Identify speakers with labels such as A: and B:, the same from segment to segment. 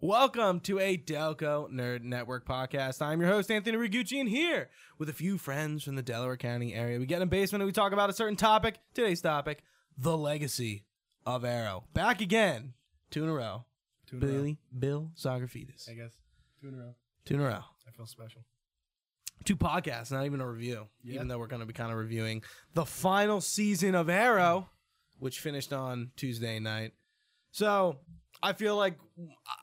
A: Welcome to a Delco Nerd Network podcast. I'm your host, Anthony Rigucci, and here with a few friends from the Delaware County area. We get in a basement and we talk about a certain topic. Today's topic, the legacy of Arrow. Back again, two in a row.
B: Two in a row,
A: Billy, Bill, Socrates.
B: I guess. Two in a row.
A: Two in a row.
B: I feel special.
A: Two podcasts, not even a review,
B: Yeah.
A: even though we're going to be kind of reviewing the final season of Arrow, which finished on Tuesday night. So I feel like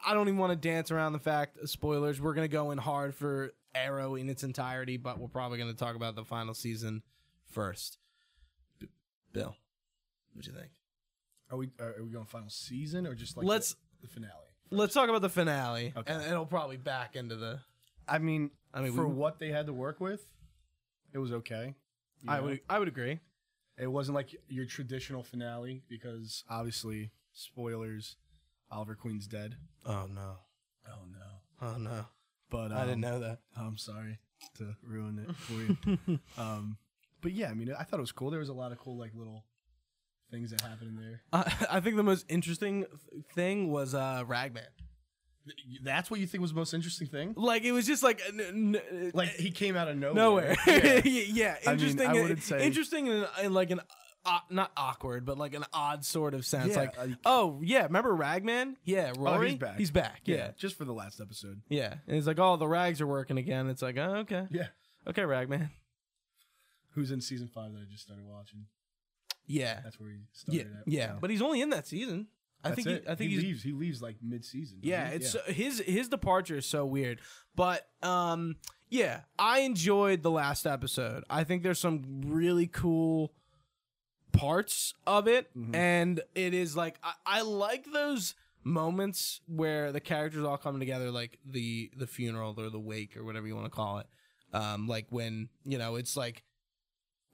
A: I don't even want to dance around the fact of spoilers. We're going to go in hard for Arrow in its entirety, but we're probably going to talk about the final season first. B- Bill, what do you think?
B: Are we are, are we going final season or just like
A: Let's-
B: the, the finale?
A: Let's talk about the finale,
B: Okay.
A: and it'll probably back into the.
B: I mean,
A: I mean,
B: for
A: we-
B: what they had to work with, it was okay. you
A: I
B: know?
A: would I would agree.
B: It wasn't like your traditional finale because obviously spoilers. Oliver Queen's dead.
A: Oh no!
B: Oh no!
A: Oh no!
B: But um,
A: I didn't know that.
B: I'm sorry to ruin it for you. um, but yeah, I mean, I thought it was cool. There was a lot of cool like little things that happened in there.
A: I I think the most interesting th- thing was uh, Ragman.
B: That's what you think was the most interesting thing.
A: Like it was just like n- n-
B: Like he came out of nowhere.
A: nowhere.
B: Yeah.
A: yeah. yeah,
B: I mean,
A: interesting.
B: I wouldn't
A: uh,
B: say-
A: interesting in, in like an uh, not awkward, but like an odd sort of sense.
B: Yeah,
A: like,
B: like-
A: oh yeah, remember Ragman? Yeah, Rory.
B: he's back.
A: He's back.
B: Yeah,
A: Yeah.
B: just for the last episode.
A: yeah, And it's like, oh, the rags are working again. It's like, oh, okay,
B: Yeah.
A: okay, Ragman.
B: Who's in season five that I just started watching?
A: Yeah,
B: That's where he started
A: yeah,
B: at.
A: yeah. But he's only in that season. I
B: That's
A: think.
B: it.
A: He, I think
B: he
A: he's
B: leaves. He leaves like mid-season. doesn't
A: Yeah,
B: he?
A: it's so- his his departure is so weird. But um yeah, I enjoyed the last episode. I think there's some really cool parts of it
B: Mhm.
A: and it is like I, I like those moments where the characters all come together like the the funeral or the wake or whatever you want to call it. Um like when, you know, it's like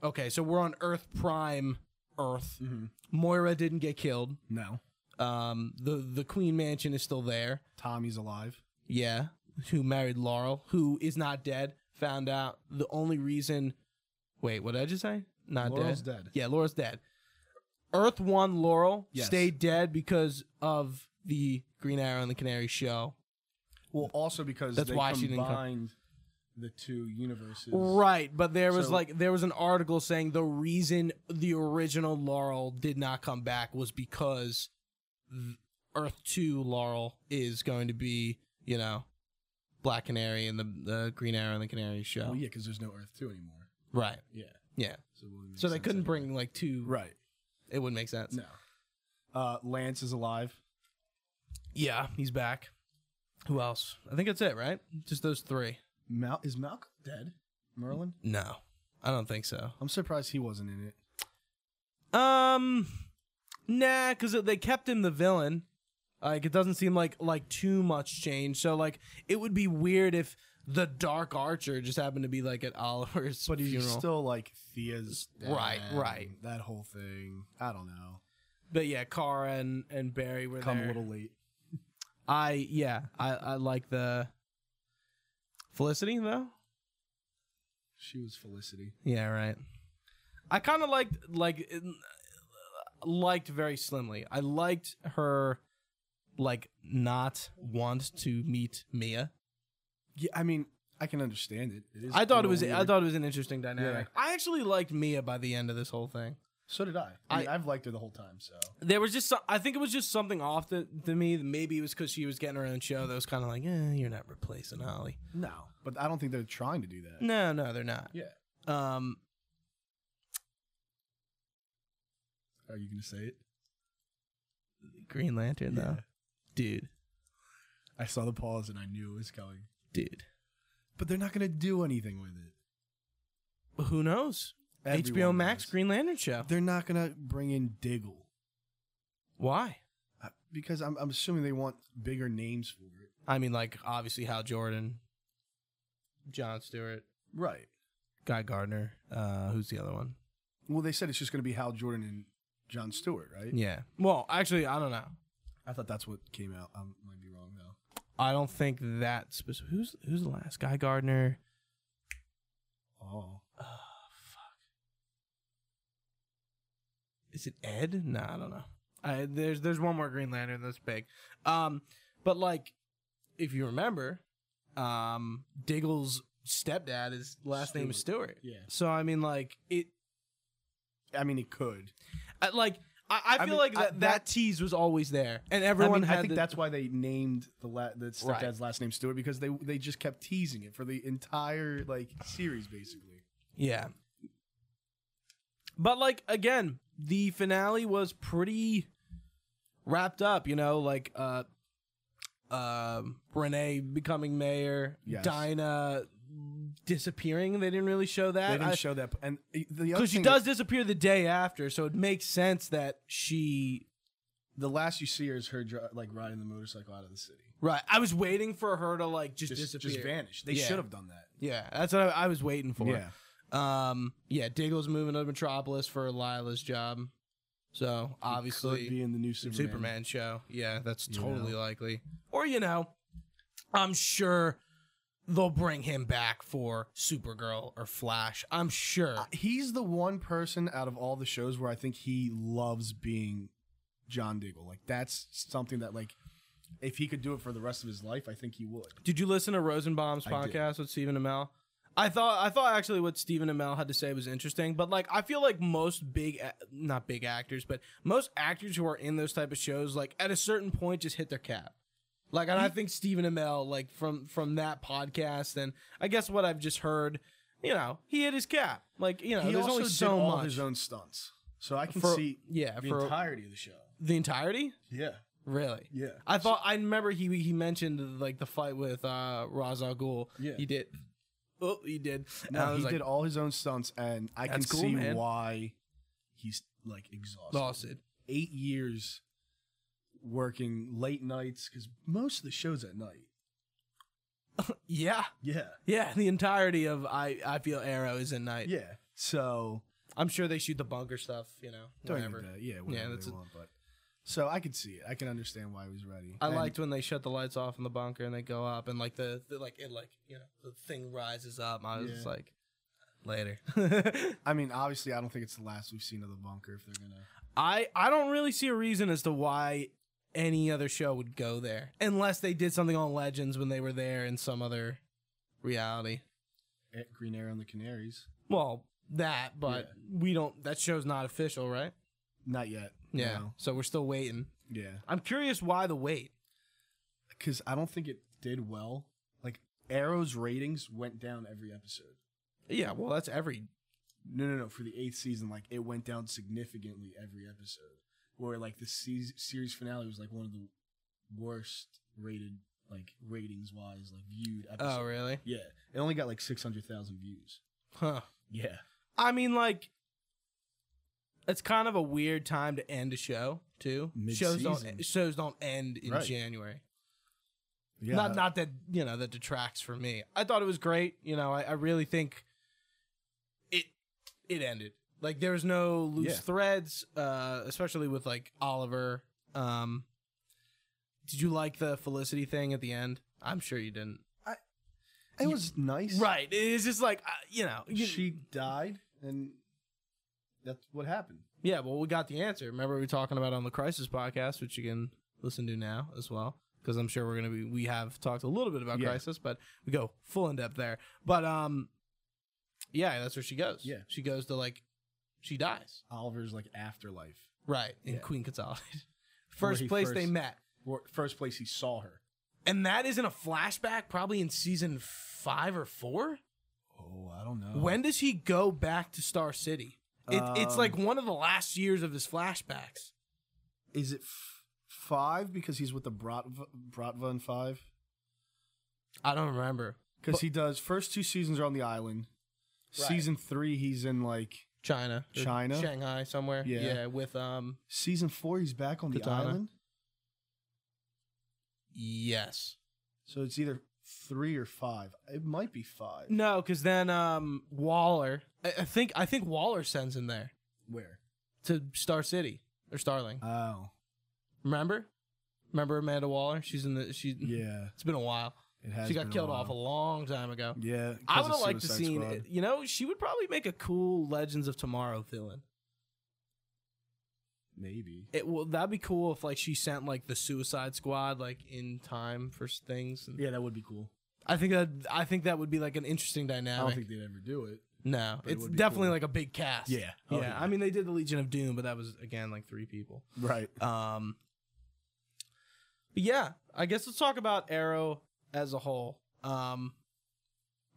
A: okay, so we're on Earth Prime Earth.
B: Mhm.
A: Moira didn't get killed.
B: no.
A: Um the the Queen Mansion is still there.
B: Tommy's alive.
A: Yeah, who married Laurel, who is not dead. Found out the only reason. Wait, what did I just say? Not
B: Laurel's
A: dead.
B: dead.
A: Yeah, Laurel's dead. Earth One Laurel
B: Yes.
A: stayed dead because of the Green Arrow and the Canary show.
B: Well, also because
A: That's
B: they
A: why she didn't come-
B: combined the two universes.
A: Right, but there was
B: So-
A: like there was an article saying the reason the original Laurel did not come back was because th- Earth Two Laurel is going to be you know Black Canary and the, the Green Arrow and the Canary show.
B: Well, Oh, yeah, because there's no Earth two anymore.
A: Right.
B: Yeah.
A: Yeah.
B: So, it wouldn't make
A: So they
B: sense
A: couldn't
B: anyway.
A: bring like two.
B: Right.
A: It wouldn't make sense.
B: No. Uh, Lance is alive.
A: Yeah, he's back. Who else? I think that's it, right? Just those three.
B: Mal is Malcolm dead? Merlin?
A: No, I don't think so.
B: I'm surprised he wasn't in it.
A: Um, nah, because they kept him the villain. Like it doesn't seem like like too much change. So like it would be weird if the Dark Archer just happened to be like at Oliver's
B: But he's
A: funeral.
B: still like Thea's dad,
A: Right, right.
B: That whole thing. I don't know.
A: but yeah, Kara and and Barry were
B: Come
A: there.
B: a little late.
A: I yeah, I I like the Felicity though.
B: She was Felicity.
A: Yeah, right. I kind of liked like liked very slimly. I liked her like not want to meet Mia.
B: Yeah, I mean, I can understand it. it is
A: I thought
B: a
A: it was
B: little
A: I
B: weird.
A: thought it was an interesting dynamic.
B: Yeah.
A: I actually liked Mia by the end of this whole thing.
B: so did I. I, mean, I've liked her the whole time. So
A: There was just some, I think it was just something off to, to me. Maybe it was because she was getting her own show. That was kind of like, eh, you're not replacing Holly.
B: no, but I don't think they're trying to do that.
A: No, no, they're not.
B: Yeah.
A: Um,
B: Are you gonna say it?
A: Green Lantern though,
B: Yeah.
A: dude,
B: I saw the pause and I knew it was coming.
A: dude.
B: But they're not gonna do anything with it.
A: Who knows? HBO
B: Everyone
A: Max
B: knows.
A: Green Lantern show.
B: They're not gonna bring in Diggle
A: Why?
B: Uh, because I'm, I'm assuming they want bigger names for it.
A: I mean, like obviously Hal Jordan, John Stewart,
B: Right.
A: Guy Gardner. Uh, who's the other one?
B: Well, they said it's just gonna be Hal Jordan and John Stewart, right?
A: Yeah. Well, actually, I don't know.
B: I thought that's what came out. I might be wrong though.
A: I don't think that specific. Who's who's the last guy? Gardner.
B: Oh,
A: Is it Ed? No, I don't know. I, there's there's one more Green Lantern that's big. Um, but like, if you remember, um, Diggle's stepdad is last name is Stewart.
B: yeah.
A: So I mean, like it,
B: I mean, it could.
A: I- like I, I
B: I
A: feel
B: mean,
A: like
B: I-
A: that, that
B: that-
A: tease was always there, and
B: I
A: everyone
B: mean,
A: had.
B: I think
A: the-
B: that's why they named the la- the stepdad's
A: Right.
B: last name Stewart because they they just kept teasing it for the entire like series basically.
A: yeah. But like again, the finale was pretty wrapped up. You know, like uh, um, Renee becoming mayor,
B: Yes.
A: Dinah disappearing. They didn't really show that.
B: They didn't
A: I-
B: show that, and the other
A: because she
B: thing
A: does disappear the day after, so it makes sense that she.
B: the last you see her is her dri- like riding the motorcycle out of the city.
A: Right, I was waiting for her to like just,
B: Just,
A: disappear.
B: just vanish. They
A: Yeah.
B: should have done that.
A: yeah, that's what I, I was waiting for. Um, yeah, Diggle's moving to Metropolis for Lila's job, so
B: could
A: obviously
B: be in the new
A: Superman.
B: Superman.
A: show. Yeah, that's
B: You
A: totally
B: know.
A: likely. Or you know, I'm sure they'll bring him back for Supergirl or Flash. I'm sure.
B: Uh, He's the one person out of all the shows where I think he loves being John Diggle. Like that's something that like if he could do it for the rest of his life, I think he would.
A: Did you listen to Rosenbaum's
B: I did.
A: podcast with Stephen Amell? I thought I thought actually what Stephen Amell had to say was interesting, but like I feel like most big a- not big actors, but most actors who are in those type of shows like at a certain point just hit their cap. Like and I think Stephen Amell like from from that podcast and I guess what I've just heard, you know, he hit his cap. Like, you know,
B: he
A: there's
B: also
A: only
B: did
A: so
B: all
A: much
B: his own stunts, so I can
A: for
B: see
A: yeah,
B: the
A: for
B: entirety of the show.
A: the entirety?
B: Yeah,
A: Really?
B: yeah.
A: I thought I remember he he mentioned like the fight with uh Ra's al Ghul.
B: Yeah.
A: He did. Oh, he did. And I
B: No,
A: was
B: he
A: like, "Oh,
B: did all his own stunts, and I can
A: That's cool,
B: see
A: man.
B: why he's like exhausted.
A: exhausted.
B: Eight years working late nights because most of the shows at night.
A: Yeah.
B: Yeah,
A: Yeah. The entirety of I I feel Arrow is in night.
B: yeah. So
A: I'm sure they shoot the bunker stuff, you know.
B: Don't
A: Whatever.
B: need that. Yeah, whatever
A: that's
B: they
A: it.
B: want. But so I could see it. I can understand why he was ready.
A: I
B: And
A: liked when they shut the lights off in the bunker and they go up and like the, the like it like you know the thing rises up. I was
B: Yeah.
A: just like, later.
B: I mean, obviously, I don't think it's the last we've seen of the bunker. If they're gonna,
A: I I don't really see a reason as to why any other show would go there unless they did something on Legends when they were there in some other reality.
B: Eh, Green Arrow and the Canaries.
A: Well, that, but we don't. That show's not official, right?
B: Not yet.
A: Yeah.
B: No.
A: So we're still waiting.
B: Yeah.
A: I'm curious why the wait.
B: Because I don't think it did well. Like Arrow's ratings went down every episode.
A: Yeah. Well, that's every.
B: No, no, no. For the eighth season, like it went down significantly every episode. Where like the se- series finale was like one of the worst rated, like ratings wise, like viewed episodes.
A: Oh, really?
B: Yeah, it only got like six hundred thousand views.
A: Huh.
B: Yeah.
A: I mean, like, it's kind of a weird time to end a show too. Shows
B: Mid-season.
A: don't shows don't end in
B: Right.
A: January.
B: Yeah.
A: Not not that you know that detracts from me. I thought it was great. You know, I, I really think it it ended. Like there was no loose
B: Yeah.
A: threads, uh, especially with like Oliver. Um, did you like the Felicity thing at the end? I'm sure you didn't.
B: It was nice.
A: Right? It's just like uh, you know. you-
B: She died, and that's what happened.
A: yeah. Well, we got the answer. Remember we were talking about it on the Crisis podcast, which you can listen to now as well, because I'm sure we're gonna be. We have talked a little bit about
B: Yeah.
A: Crisis, but we go full in depth there. But um, yeah, that's where she goes.
B: Yeah.
A: she goes to like, she dies.
B: Oliver's like afterlife.
A: Right in
B: Yeah.
A: Queen Consolidated,
B: Where
A: first
B: he
A: place they
B: first-
A: met,
B: Where- First place he saw her.
A: and that is in a flashback, probably in season five or four.
B: Oh, I don't know.
A: When does he go back to Star City? It, it's
B: Um,
A: like one of the last years of his flashbacks.
B: is it? F- five because he's with the Brat Bratva in five.
A: I don't remember
B: Because he does first two seasons are on the island.
A: Right.
B: Season three, he's in like
A: China, or
B: China?
A: Shanghai, somewhere.
B: Yeah.
A: with um,
B: season four. He's back on the
A: Katana.
B: island.
A: yes,
B: So it's either three or five. It might be five.
A: no, because then um, Waller. I, I think I think Waller sends him there
B: Where?
A: to Star City or Starling.
B: Oh,
A: Remember? Remember Amanda Waller? She's in the she.
B: Yeah,
A: It's been a while.
B: it has.
A: she got
B: been a
A: killed
B: while.
A: off a long time ago.
B: Yeah,
A: I
B: 'cause
A: would
B: of
A: have liked to
B: Suicide
A: seen.
B: Squad.
A: You know, she would probably make a cool Legends of Tomorrow villain.
B: Maybe.
A: It will. That'd be cool if like she sent like the Suicide Squad like in time for s- things. And
B: Yeah, that would be cool.
A: I think that I think that would be like an interesting
B: I don't
A: dynamic.
B: think they'd ever do it.
A: no,
B: but it
A: it's
B: would be
A: definitely
B: cool.
A: like a big cast.
B: Oh,
A: yeah. I mean, they did the Legion of Doom, but that was again like three people.
B: right.
A: Um, but yeah, I guess let's talk about Arrow as a whole. Um,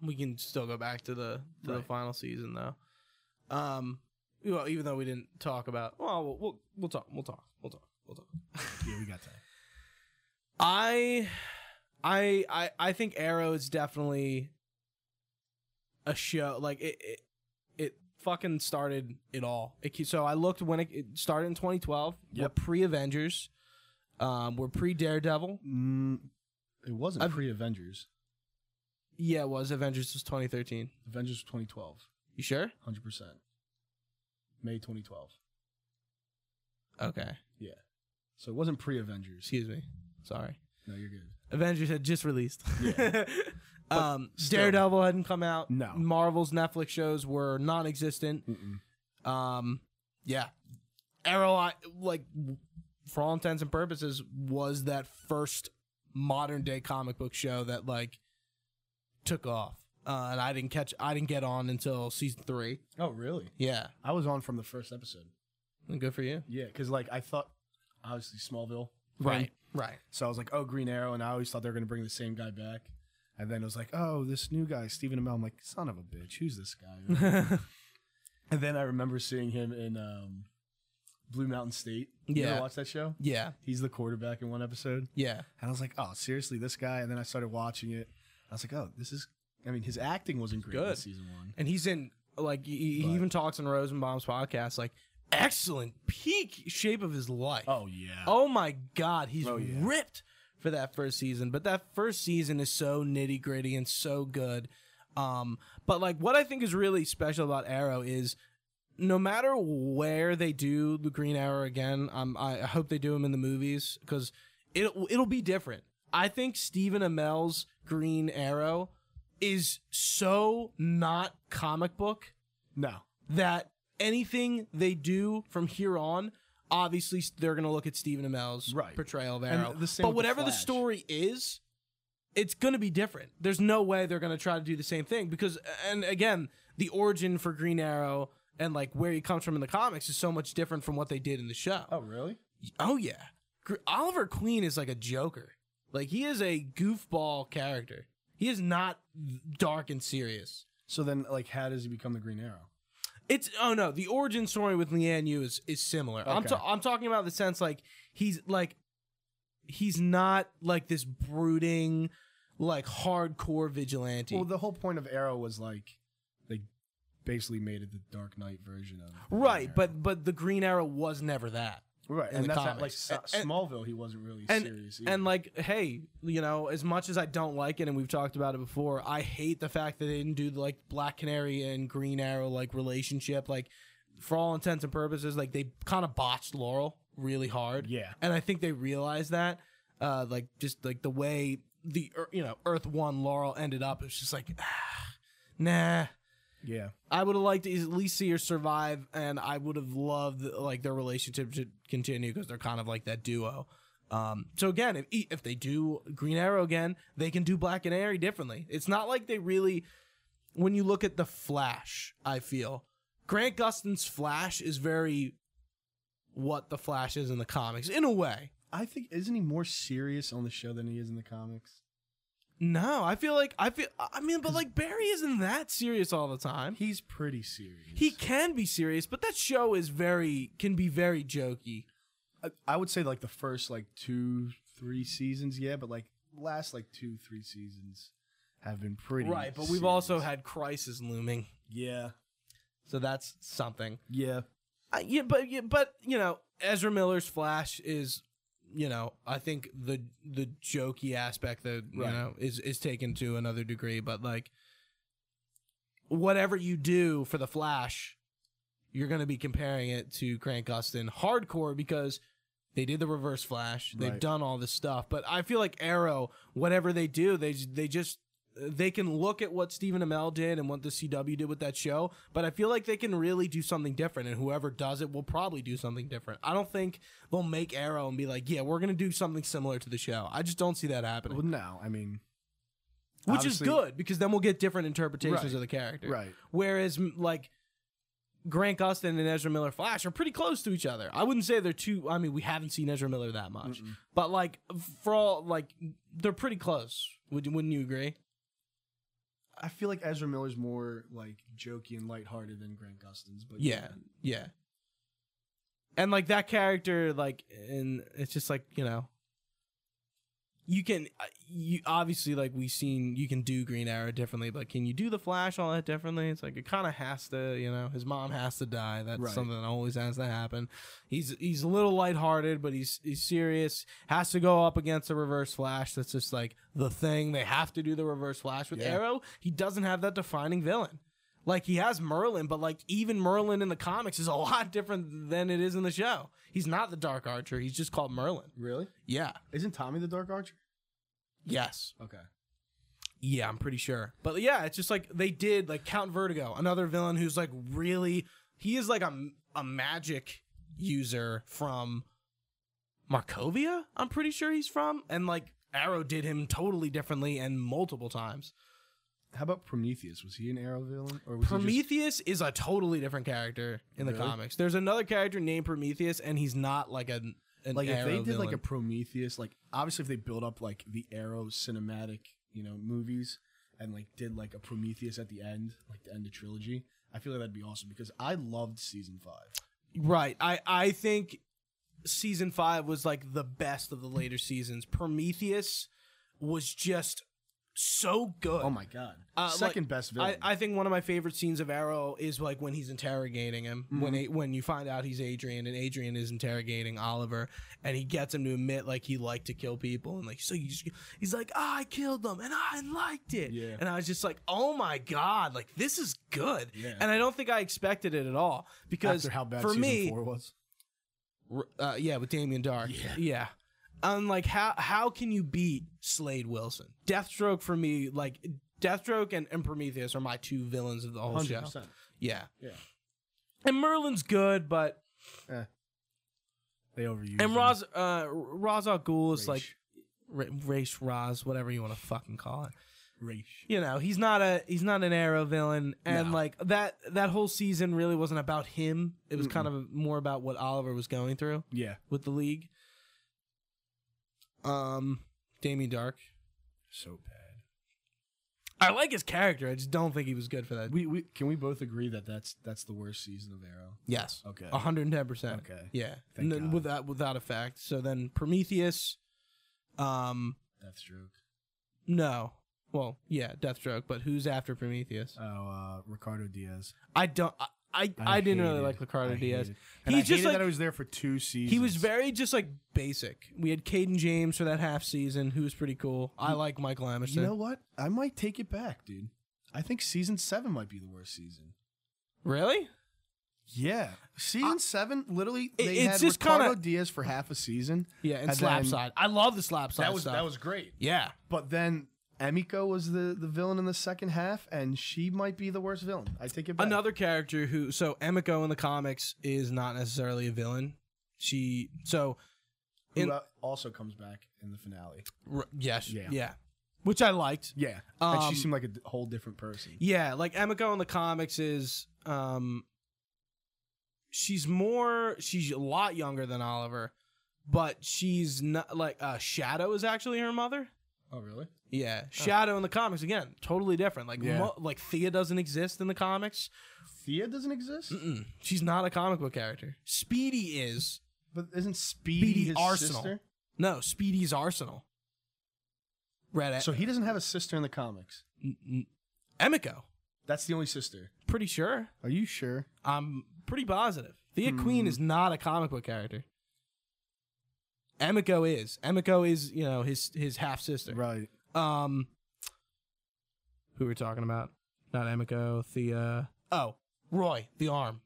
A: we can still go back to the to the
B: Right.
A: final season though. Um, well, even though we didn't talk about, well, we'll we'll, we'll talk, we'll talk, we'll talk, we'll talk.
B: Yeah, we got time.
A: I, I, I, I think Arrow is definitely a show. Like it, it, it fucking started it all. It, ke- so I looked when it, it started in 2012.
B: Yep.
A: We're pre Avengers. Um, we're pre Daredevil.
B: Mm, it wasn't
A: I've-
B: pre Avengers.
A: Yeah, it was Avengers was 2013.
B: Avengers was 2012,
A: You sure?
B: 100%. May 2012.
A: Okay.
B: So it wasn't pre Avengers.
A: Excuse me. Sorry.
B: No, you're good.
A: Avengers had just released.
B: Yeah.
A: um,
B: still.
A: Daredevil hadn't come out.
B: No.
A: Marvel's Netflix shows were non-existent.
B: Mm-mm.
A: Um, yeah, Arrow, I, like for all intents and purposes, was that first modern day comic book show that like took off, uh, and I didn't catch, I didn't get on until season three.
B: Oh, really?
A: Yeah,
B: I was on from the first episode.
A: good for you.
B: Yeah, because like I thought, obviously Smallville,
A: right.
B: So I was like, oh, Green Arrow, and I always thought they were gonna bring the same guy back. And then it was like, oh, this new guy, Stephen Amell. I'm like, son of a bitch, who's this guy? and then I remember seeing him in um, Blue Mountain State. You
A: Yeah.
B: ever watch that show?
A: yeah,
B: He's the quarterback in one episode.
A: yeah,
B: And I was like, oh, seriously, this guy. And then I started watching it. I was like, oh, this is. I mean, his acting wasn't great in
A: Good.
B: season one.
A: and he's in like he, he
B: But-
A: even talks in Rosenbaum's podcast like excellent peak shape of his life.
B: Oh yeah.
A: Oh my god, he's
B: Oh, yeah.
A: ripped for that first season. But that first season is so nitty gritty and so good. Um, but like what I think is really special about Arrow is no matter where they do the Green Arrow again, um, I I hope they do him in the movies because it it'll be different. I think Stephen Amell's Green Arrow is so not comic book
B: No.
A: that anything they do from here on, obviously they're going to look at Stephen Amell's
B: Right.
A: portrayal of
B: And
A: Arrow.
B: the same
A: but
B: with The
A: whatever the,
B: Flash.
A: story is, it's going to be different. There's no way they're going to try to do the same thing because, and again, the origin for Green Arrow and like where he comes from in the comics is so much different from what they did in the show.
B: Oh really?
A: Oh yeah, Gr- Oliver Queen is like a joker. Like he is a goofball character. He is not dark and serious.
B: So then, like, how does he become the Green Arrow?
A: It's oh no, the origin story with Leanne Yu is is similar. I'm
B: Okay.
A: ta- I'm talking about the sense like he's like he's not like this brooding like hardcore vigilante.
B: Well, the whole point of Arrow was like they basically made it the Dark Knight version of the
A: right,
B: Green Arrow.
A: but but the Green Arrow was never that.
B: right,
A: in
B: and
A: the
B: that's not, like
A: comics.
B: Sa-
A: And-
B: Smallville. He wasn't really
A: and-
B: serious.
A: And
B: either.
A: like hey, you know, as much as I don't like it and we've talked about it before, I hate the fact that they didn't do like Black Canary and Green Arrow like relationship like for all intents and purposes like they kind of botched Laurel really hard.
B: yeah,
A: and I think they realized that, uh, like just like the way the Ear- you know Earth One Laurel ended up, it was just like, ah, nah.
B: yeah,
A: I would have liked to at least see her survive, and I would have loved like their relationship to continue because they're kind of like that duo. Um, so again, if if they do Green Arrow again, they can do Black Canary differently. It's not like they really, when you look at the Flash, I feel Grant Gustin's Flash is very what the Flash is in the comics in a way.
B: I think isn't he more serious on the show than he is in the comics?
A: No, I feel like I feel. I mean, but like Barry isn't that serious all the time.
B: He's pretty serious.
A: He can be serious, but that show is very can be very jokey.
B: I, I would say like the first like two, three seasons, yeah, but like last like two, three seasons have been pretty
A: right, but we've also
B: serious.
A: had crisis looming,
B: yeah,
A: so that's something.
B: yeah,
A: I, yeah, but yeah, but you know, Ezra Miller's Flash is, you know, I think the the jokey aspect that you
B: Right.
A: know is is taken to another degree, but like whatever you do for the Flash, you're going to be comparing it to Grant Gustin hardcore because They did the Reverse Flash. They've
B: Right.
A: done all this stuff, but I feel like Arrow, whatever they do, they they just they can look at what Stephen Amell did and what the CW did with that show, but I feel like they can really do something different, and whoever does it will probably do something different. I don't think they'll make Arrow and be like, "Yeah, we're gonna do something similar to the show." I just don't see that happening,
B: Well, no, I mean,
A: which is
B: obviously-
A: good because then we'll get different interpretations
B: Right.
A: of the character.
B: right?
A: Whereas m- like Grant Gustin and Ezra Miller Flash are pretty close to each other. I wouldn't say they're too. I mean, we haven't seen Ezra Miller that much,
B: Mm-mm.
A: but like for all like they're pretty close. Would you- wouldn't you agree?
B: I feel like Ezra Miller's more like jokey and lighthearted than Grant Gustin's, but
A: Yeah, yeah. And like that character, like, and it's just like you know, you can, uh, you obviously like we've seen you can do Green Arrow differently, but can you do the Flash all that differently? It's like it kind of has to, you know. His mom has to die. That's
B: Right.
A: something that always has to happen. He's he's a little lighthearted, but he's he's serious. Has to go up against a Reverse Flash. That's just like the thing. They have to do the Reverse Flash with
B: Yeah.
A: Arrow. He doesn't have that defining villain. Like he has Merlin, but like even Merlin in the comics is a lot different than it is in the show. He's not the Dark Archer. He's just called Merlin.
B: Really?
A: Yeah.
B: Isn't Tommy the Dark Archer?
A: Yes.
B: Okay.
A: Yeah, I'm pretty sure. But yeah, it's just like they did like Count Vertigo, another villain who's like really he is like a a magic user from Markovia. I'm pretty sure he's from and like Arrow did him totally differently and multiple times.
B: How about Prometheus? Was he an Arrow villain or was he just-
A: Prometheus is a totally different character in the
B: Really?
A: comics. There's another character named Prometheus, and he's not like an, an
B: like if
A: Arrow
B: they did like a
A: villain.
B: Prometheus, like obviously if they built up like the Arrow cinematic, you know, movies and like did like a Prometheus at the end, like the end of trilogy, I feel like that'd be awesome because I loved season five.
A: right. I I think season five was like the best of the later seasons. Prometheus was just so good.
B: Oh my god,
A: Uh,
B: second best villain.
A: I, I think one of my favorite scenes of Arrow is like when he's interrogating him
B: Mm-hmm.
A: when a, when you find out he's Adrian and Adrian is interrogating Oliver and he gets him to admit like he liked to kill people and like so you just- he's like "Ah, I killed them and I liked it
B: Yeah.
A: and I was just like oh my god like this is good
B: Yeah.
A: and I don't think I expected it at all because
B: After how bad
A: for
B: season
A: me
B: four was,
A: r- uh, yeah, with Damian Dark.
B: Yeah.
A: yeah. Um, like how how can you beat Slade Wilson? Deathstroke for me, like Deathstroke and, and Prometheus are my two villains of the whole
B: hundred
A: show.
B: percent.
A: Yeah.
B: Yeah.
A: And Merlin's good, but
B: They overused
A: and
B: him.
A: Roz uh Ra's al Ghul is like
B: Raish.
A: ra- race Roz, whatever you want to fucking call it.
B: Raish.
A: You know, he's not a he's not an arrow villain, and
B: No.
A: like that that whole season really wasn't about him. It was
B: Mm-mm.
A: kind of more about what Oliver was going through.
B: Yeah,
A: with the league. Um, Damien Dark.
B: so bad.
A: I like his character. I just don't think he was good for that.
B: We we can we both agree that that's that's the worst season of Arrow.
A: Yes,
B: Okay.
A: hundred and ten percent.
B: Okay.
A: Yeah,
B: Thank
A: N-
B: God.
A: without without a fact. So then Prometheus. Um,
B: Deathstroke.
A: no. Well, yeah, Deathstroke. But who's after Prometheus?
B: Oh, uh, Ricardo Diaz.
A: I don't. I I, I, didn't really
B: hated-
A: like Ricardo
B: I
A: Diaz.
B: hated- And
A: He's
B: I
A: just
B: hated
A: like-
B: that I was there for two seasons.
A: He was very just like basic. We had Caden James for that half season, who was pretty cool. I like Michael
B: You
A: Emerson.
B: know what? I might take it back, dude. I think season seven might be the worst season.
A: really?
B: Yeah, season seven literally
A: It-
B: they
A: it's
B: had
A: just
B: Ricardo
A: kinda-
B: Diaz for half a season.
A: Yeah, and,
B: And
A: Slap
B: then-
A: Slapside. I love the Slapside. stuff.
B: great.
A: yeah.
B: But then Emiko was the the villain in the second half, and she might be the worst villain. I take it back.
A: another character who so Emiko in the comics is not necessarily a villain. She so
B: who
A: in-
B: uh, also comes back in the finale.
A: r- yes yeah.
B: Yeah.
A: which I liked.
B: Yeah, and
A: Um,
B: she seemed like a d- whole different person.
A: Yeah, like Emiko in the comics is um she's more she's a lot younger than Oliver, but she's not like uh Shadow is actually her mother.
B: Oh, really?
A: Yeah, Shadow in the comics again, totally different. Like
B: Yeah.
A: mo- like Thea doesn't exist in the comics.
B: Thea doesn't exist,
A: Mm-mm. She's not a comic book character. Speedy is.
B: but isn't Speedy,
A: Speedy
B: his
A: Arsenal.
B: sister?
A: No, Speedy's Arsenal. Red
B: So he doesn't have a sister in the comics.
A: N- n- Emiko.
B: That's the only sister.
A: Pretty sure.
B: Are you sure? Hmm.
A: I'm pretty positive. Thea Queen is not a comic book character. Emiko is. Emiko is, you know, his his half sister.
B: Right.
A: Um who we're talking about? Not Emiko, Thea. Oh, Roy, the arm.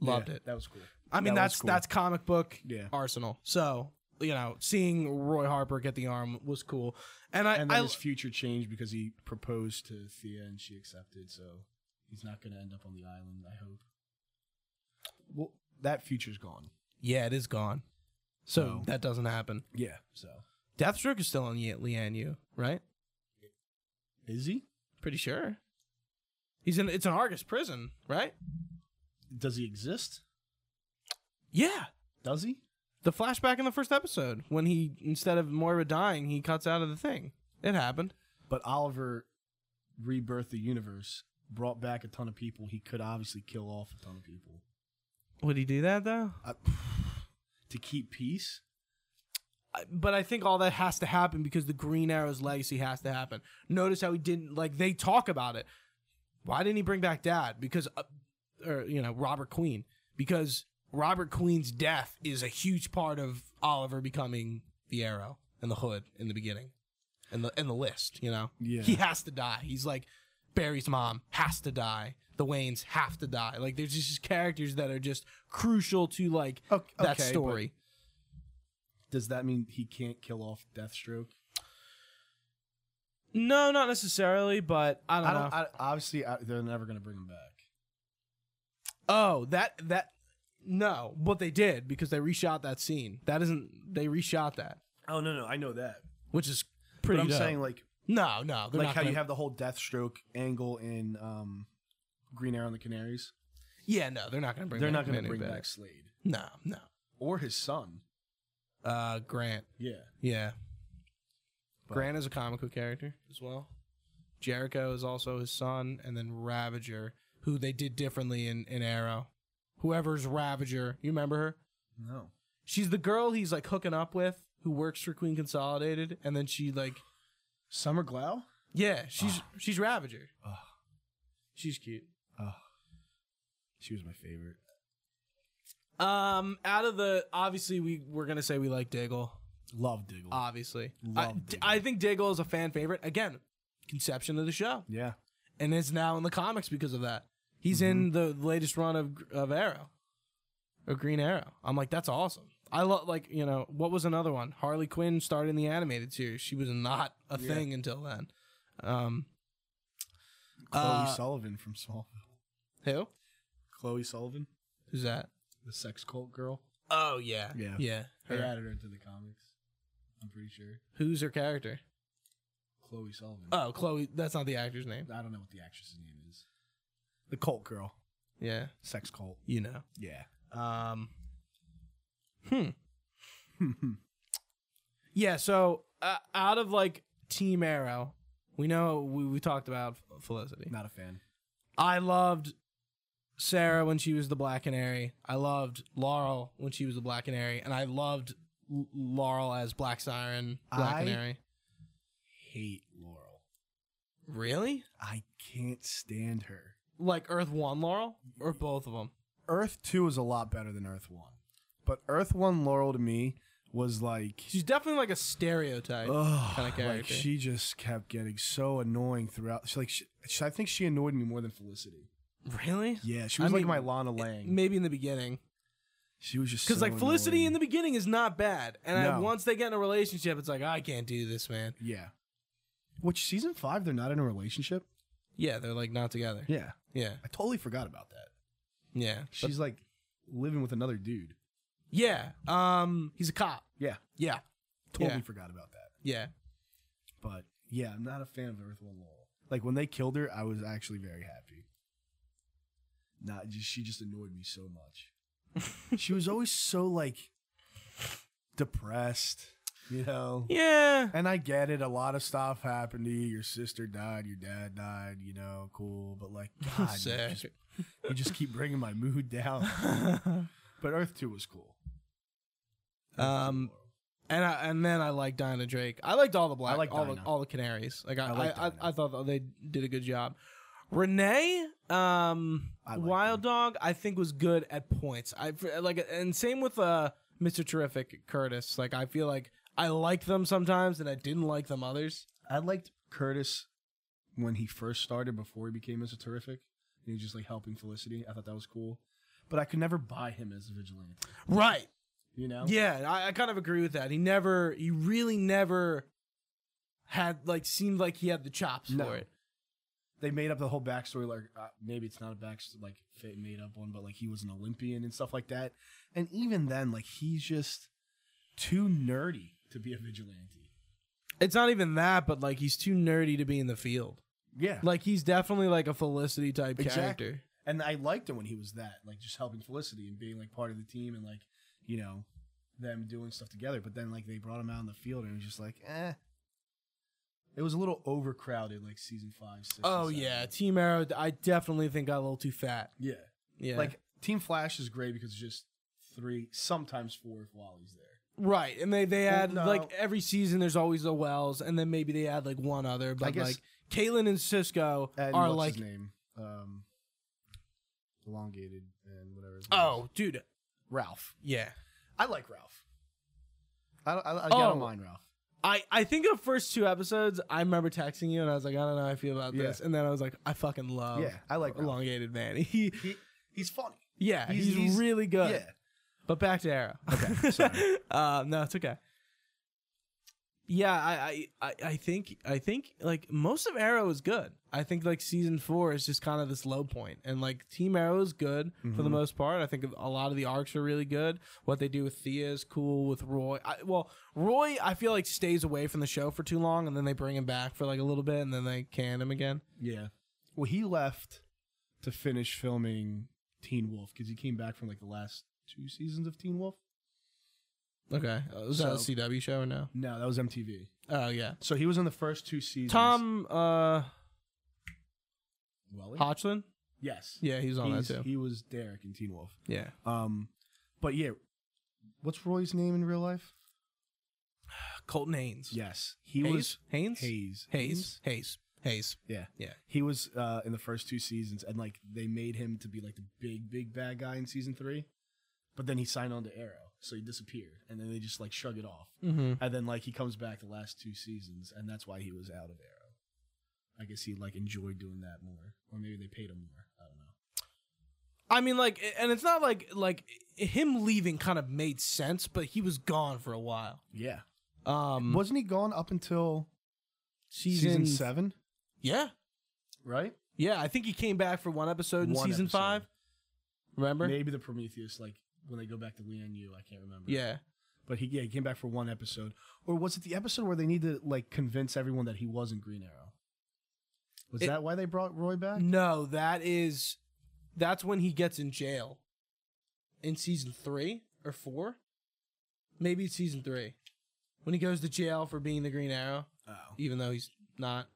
A: Loved it.
B: That was cool.
A: I mean,
B: That was
A: that's
B: cool.
A: that's comic book
B: Yeah.
A: Arsenal. So you know, seeing Roy Harper get the arm was cool, and I,
B: And then
A: I
B: his future changed because he proposed to Thea and she accepted, so he's not going to end up on the island, I hope. Well, that future's gone.
A: yeah, it is gone. So
B: So-
A: that doesn't happen.
B: Yeah. So.
A: Deathstroke is still on Ye- Leanne Yu, right?
B: Is he?
A: Pretty sure. He's in. It's an Argus prison, right?
B: Does he exist?
A: Yeah.
B: Does he?
A: The flashback in the first episode when he instead of Moira dying, he cuts out of the thing. It happened.
B: But Oliver rebirthed the universe, brought back a ton of people. He could obviously kill off a ton of people.
A: Would he do that though?
B: I, to keep peace?
A: I- but I think all that has to happen because the Green Arrow's legacy has to happen. Notice how he didn't like they talk about it. Why didn't he bring back Dad? Because, uh, or you know, Robert Queen. Because Robert Queen's death is a huge part of Oliver becoming the Arrow and the Hood in the beginning, and the and the list. You know,
B: Yeah.
A: he has to die. He's like Barry's mom has to die. The Waynes have to die. Like there's just characters that are just crucial to like
B: O-
A: that
B: okay, but
A: story.
B: Does that mean he can't kill off Deathstroke?
A: No, not necessarily, but I don't,
B: I don't.
A: know.
B: I, obviously, I, they're never going to bring him back.
A: oh, that that no, but they did because they reshot that scene. That isn't they reshot that,
B: Oh no, no, I know that.
A: which is
B: But
A: pretty.
B: I'm
A: dope.
B: saying like
A: no, no, they're
B: like
A: not
B: how you
A: gonna-
B: have the whole Deathstroke angle in um, Green Arrow and the Canaries.
A: yeah, no, they're not going to bring.
B: They're
A: back
B: not going to
A: Manny
B: bring
A: back.
B: back Slade
A: No, no.
B: or his son.
A: Uh, Grant,
B: Yeah,
A: yeah,
B: But-
A: Grant is a comic book character as well. Jericho is also his son, and then Ravager, who they did differently in in Arrow. Whoever's Ravager, you remember her?
B: no.
A: She's the girl he's like hooking up with who works for Queen Consolidated, and then she like
B: Summer Glau.
A: yeah, she's
B: Ah.
A: she's Ravager.
B: Ugh.
A: She's cute.
B: She was my favorite.
A: Um, out of the obviously we we're gonna say we like Diggle.
B: Love Diggle.
A: Obviously, I,
B: Love
A: D-
B: Diggle.
A: I think Diggle is a fan favorite. Again, conception of the show,
B: yeah,
A: and is now in the comics because of that. He's in the latest run of of Arrow, or Green Arrow. I'm like, that's awesome. I love like you know what was another one? Harley Quinn started in the animated series. She was not a
B: Yeah.
A: thing until then. Um,
B: Chloe
A: Uh,
B: Sullivan from Smallville.
A: who?
B: Chloe Sullivan,
A: Who's that?
B: the sex cult girl.
A: Oh yeah,
B: Yeah.
A: yeah.
B: They
A: Her.
B: added her to the comics. I'm pretty sure.
A: Who's her character?
B: Chloe Sullivan.
A: Oh, Chloe. That's not the actor's name.
B: I don't know what the actress's name is. The cult girl,
A: Yeah,
B: sex cult.
A: you know.
B: Yeah.
A: Um, hmm. Yeah. So uh, out of like Team Arrow, we know we, we talked about Felicity.
B: Not a fan.
A: I loved Sarah when she was the Black Canary. I loved Laurel when she was the Black Canary, and I loved L- Laurel as Black Siren, Black
B: I-
A: Canary.
B: Hate Laurel.
A: Really?
B: I can't stand her.
A: Like Earth One Laurel or both of them?
B: Earth 2 is a lot better than Earth 1. But Earth 1 Laurel to me was like
A: She's definitely like a stereotype.
B: ugh,
A: kinda
B: like
A: character.
B: she just kept getting so annoying throughout. She like she, she- I think she annoyed me more than Felicity.
A: Really?
B: Yeah, she
A: I
B: was like
A: mean,
B: my Lana Lang.
A: Maybe in the beginning.
B: she was just
A: Because
B: so
A: like Felicity
B: annoying.
A: in the beginning is not bad, and I-
B: No.
A: once they get in a relationship, it's like I can't do this, man.
B: Yeah. Which season 5 they're not in a relationship?
A: Yeah, they're like not together.
B: Yeah.
A: Yeah,
B: I totally forgot about that.
A: yeah, But-
B: She's like living with another dude.
A: yeah. Um, he's a cop.
B: Yeah.
A: Yeah,
B: Totally
A: Yeah.
B: forgot about that.
A: yeah.
B: But yeah, I'm not a fan of Earth One Laurel. Like when they killed her, I was actually very happy. Not just, she just annoyed me so much. she was always so like depressed, you know.
A: Yeah.
B: And I get it. A lot of stuff happened to you. Your sister died. Your dad died. You know, cool. But like, God, you
A: Sick.
B: just, you just keep bringing my mood down. But Earth Two was cool. Earth 2
A: Um,
B: Laurel.
A: and I, and then I liked Dinah Drake. I liked all the black,
B: I like
A: all the
B: Dinah.
A: all the canaries. Like I
B: I
A: I,
B: like
A: I, I,
B: Dinah.
A: thought that they did a good job. Renee, um,
B: I like
A: Wild Dog, I think was good at points. I like, and same with uh, Mr. Terrific Curtis. Like I feel like I liked them sometimes, and I didn't like them others.
B: I liked Curtis when he first started before he became Mr. Terrific. And he was just like helping Felicity. I thought that was cool. but I could never buy him as a vigilante.
A: Right.
B: You know?
A: Yeah, I, I kind of agree with that. He never, he really never had like seemed like he had the chops
B: No.
A: for it.
B: They made up the whole backstory, like uh, maybe it's not a backstory, like fa- made up one, but like he was an Olympian and stuff like that. And even then, like he's just too nerdy to be a vigilante.
A: It's not even that, but like he's too nerdy to be in the field.
B: Yeah,
A: Like he's definitely like a Felicity type
B: Exactly.
A: character.
B: and I liked him when he was that, like just helping Felicity and being like part of the team and like you know them doing stuff together. But then like they brought him out in the field and it was just like, eh. It was a little overcrowded, like season five. Six, and
A: Oh
B: seven.
A: yeah, Team Arrow. I definitely think got a little too fat.
B: yeah.
A: Yeah,
B: Like Team Flash is great because it's just three, sometimes four if Wally's there.
A: right. And they they add
B: No.
A: like every season. There's always the Wells, and then maybe they add like one other. But
B: guess-
A: like Caitlin and Cisco
B: And
A: are
B: what's
A: like,
B: his name? Um, elongated and whatever. His name
A: oh
B: is.
A: dude,
B: Ralph.
A: yeah.
B: I like Ralph. I don't, I, I don't
A: Oh.
B: mind Ralph.
A: I, I think the first two episodes, I remember texting you and I was like, I don't know how I feel about
B: Yeah.
A: this. And then I was like, I fucking love
B: yeah, I like Ralph.
A: Elongated Man. He,
B: He, he's funny.
A: yeah,
B: He's-
A: he's,
B: he's-
A: really good.
B: Yeah.
A: But back to Arrow.
B: Okay, sorry.
A: uh, no, it's okay. Yeah, I, I, I, I think I think like most of Arrow is good. I think like season four is just kind of this low point, and like Team Arrow is good for the
B: Mhm.
A: most part. I think a lot of the arcs are really good. What they do with Thea is cool. With Roy, I, well, Roy, I feel like stays away from the show for too long, and then they bring him back for like a little bit, and then they can him again.
B: Yeah. Well, he left to finish filming Teen Wolf because he came back from like the last two seasons of Teen Wolf.
A: Okay, uh, was that a
B: So-
A: CW show or no?
B: No, that was MTV.
A: Oh yeah,
B: So he was in the first two seasons.
A: Tom uh,
B: Welly?
A: Hodgson.
B: Yes.
A: Yeah, he's on
B: He's-
A: that too.
B: He was Derek in Teen Wolf.
A: yeah.
B: Um, but yeah, what's Roy's name in real life?
A: Colton Haynes.
B: Yes, he
A: Hayes?
B: was
A: Haynes.
B: Hayes.
A: Hayes. Hayes. Hayes.
B: Yeah,
A: Yeah.
B: He was uh, in the first two seasons, and like they made him to be like the big, big bad guy in season three, but then he signed on to Arrow, so he disappeared, and then they just like shrug it off,
A: Mm-hmm.
B: and then like he comes back the last two seasons, and that's why he was out of Arrow. I guess he like enjoyed doing that more, or maybe they paid him more. I don't know.
A: I mean, like, and it's not like like him leaving kind of made sense, but he was gone for a while.
B: Yeah,
A: Um,
B: wasn't he gone up until season seven?
A: Yeah,
B: Right?
A: yeah. I think he came back for one episode in
B: One
A: season
B: episode.
A: five. Remember?
B: Maybe the Prometheus, like when they go back to Leon Yu, I can't remember.
A: Yeah.
B: But he yeah, he came back for one episode. Or was it the episode where they need to like convince everyone that he wasn't Green Arrow? Was
A: It-
B: that why they brought Roy back?
A: No, that is, that's when he gets in jail. In season three or four, maybe it's season three, when he goes to jail for being the Green Arrow.
B: Oh.
A: even though he's not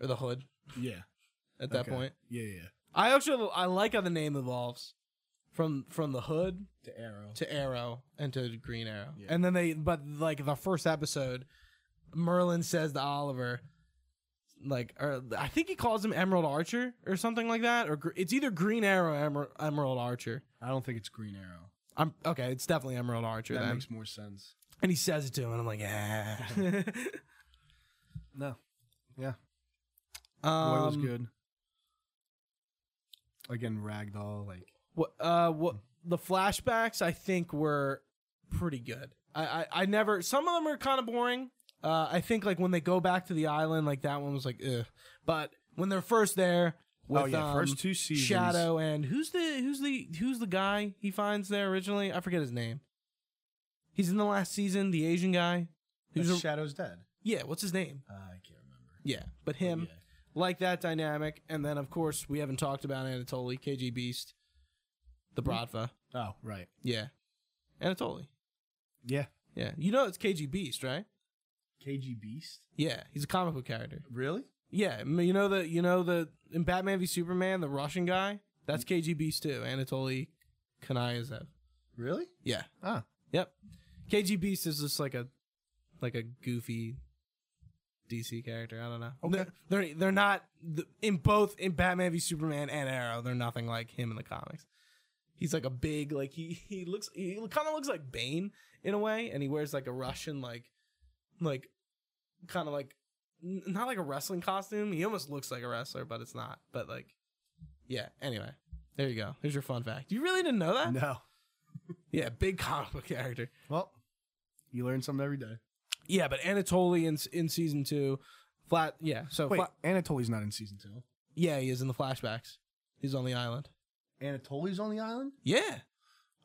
A: or the hood
B: Yeah.
A: at that
B: Okay.
A: point
B: Yeah, yeah. yeah.
A: i actually i like how the name evolves from from the hood
B: To Arrow.
A: to arrow and to green arrow
B: Yeah.
A: and then they but like the first episode merlin says to oliver like or i think he calls him emerald archer or something like that or gr- it's either green arrow or Emer- emerald archer
B: I don't think it's Green Arrow.
A: i'm okay it's definitely emerald archer
B: That
A: then.
B: makes more sense.
A: and he says it to him and i'm like ah.
B: No.
A: um,
B: Roy was good. Again, Ragdoll, like
A: What uh what the flashbacks I think were pretty good. I I, I never some of them are kind of boring. Uh I think like when they go back to the island like that one was like ugh. But when they're first there with
B: Oh yeah,
A: um,
B: first two seasons.
A: Shadow and who's the who's the who's the guy he finds there originally? I forget his name. He's in the last season, the Asian guy.
B: That's
A: Who's a,
B: Shadow's dead.
A: yeah, what's his name?
B: Uh, I can't remember.
A: Yeah, but
B: But
A: him
B: Oh, yeah.
A: like that dynamic and then of course we haven't talked about Anatoly, KG Beast, the Brodva.
B: Oh, right.
A: Yeah. Anatoly.
B: Yeah.
A: Yeah. You know it's KG Beast, right?
B: KG Beast?
A: Yeah, he's a comic book character.
B: Really?
A: Yeah, I mean, you know the you know the in Batman v Superman, the Russian guy, that's KG Beast too, Anatoly Kanayev.
B: Really?
A: Yeah.
B: Ah.
A: Yep. KG Beast is just like a like a goofy DC character. I don't know.
B: Okay.
A: They're they're, they're not th- in both in Batman v Superman and Arrow. They're nothing like him in the comics. He's like a big like he he looks he kind of looks like Bane in a way, and he wears like a Russian like like kind of like n- not like a wrestling costume. He almost looks like a wrestler, but it's not. But like yeah. Anyway, There you go. Here's your fun fact. You really didn't know that?
B: No.
A: Yeah, big comic book character.
B: Well, you learn something every day.
A: Yeah, but Anatoly in in season two, flat. Yeah, so
B: Wait,
A: fla-
B: Anatoly's not in season two.
A: yeah, he is in the flashbacks. He's on the island.
B: Anatoly's on the island.
A: Yeah,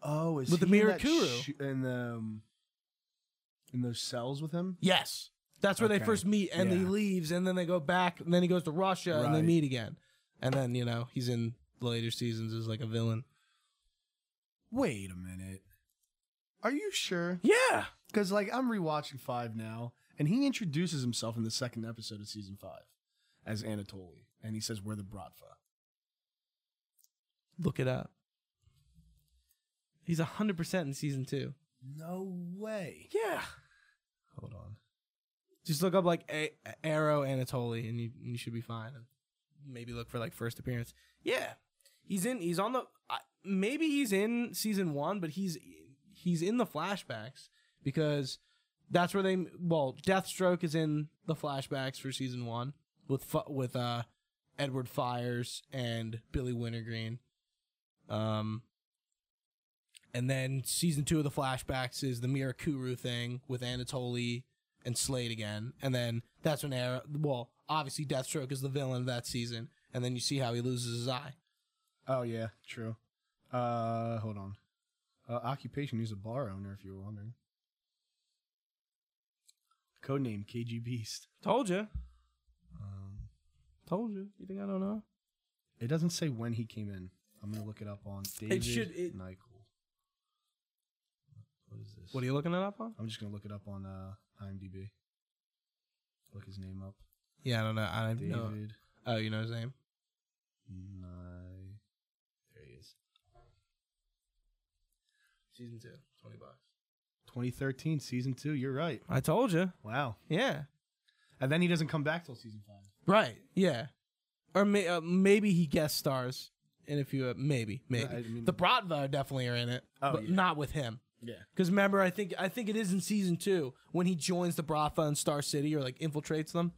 B: Oh, is
A: With the
B: he in that
A: Mirakuru.
B: sh- in the um, in those cells with him?
A: yes, that's where they
B: Okay.
A: first meet, and he
B: Yeah.
A: leaves, and then they go back, and then he goes to Russia, and they
B: Right.
A: meet again, and then you know he's in the later seasons as like a villain.
B: Wait a minute. Are you sure?
A: Yeah,
B: Because like I'm rewatching five now, and he introduces himself in the second episode of season five as Anatoly, and he says, "We're the Bratva."
A: look it up. He's hundred percent in season two.
B: No way.
A: Yeah,
B: Hold on.
A: just look up like a- Arrow Anatoly, and you you should be fine. And maybe look for like first appearance. Yeah, he's in. He's on the. I maybe he's in season one, but he's he's in the flashbacks because that's where they. Well, Deathstroke is in the flashbacks for season one with fu- with uh Edward Fires and Billy Wintergreen. Um. And then season two of the flashbacks is the Mirakuru thing with Anatoly and Slade again, and then that's when Arrow. Well, obviously Deathstroke is the villain of that season, and then you see how he loses his eye.
B: Oh yeah, true. Uh, hold on. Uh, occupation: He's a bar owner, if you were wondering. Codename: KG Beast.
A: Told you,
B: Um,
A: told you. You think I don't know?
B: it doesn't say when he came in. I'm gonna look it up on David
A: should- it-
B: Nichol. What is this?
A: What are you looking it up on?
B: I'm just gonna look it up on uh, IMDb. Look his name up.
A: Yeah, I don't know. I don't know.
B: David.
A: Oh, you know his name?
B: Nye. There he is.
A: Season two, twenty bucks.
B: 2013, season two. You're right.
A: I told you.
B: Wow.
A: Yeah.
B: And then he doesn't come back till season five.
A: Right. Yeah. Or may, uh, maybe he guest stars in a few. Uh, maybe, maybe
B: I mean-
A: the Bratva definitely are in it,
B: Oh,
A: but
B: yeah.
A: not with him.
B: Yeah.
A: Because remember, I think I think it is in season two when he joins the Bratva in Star City or like infiltrates them.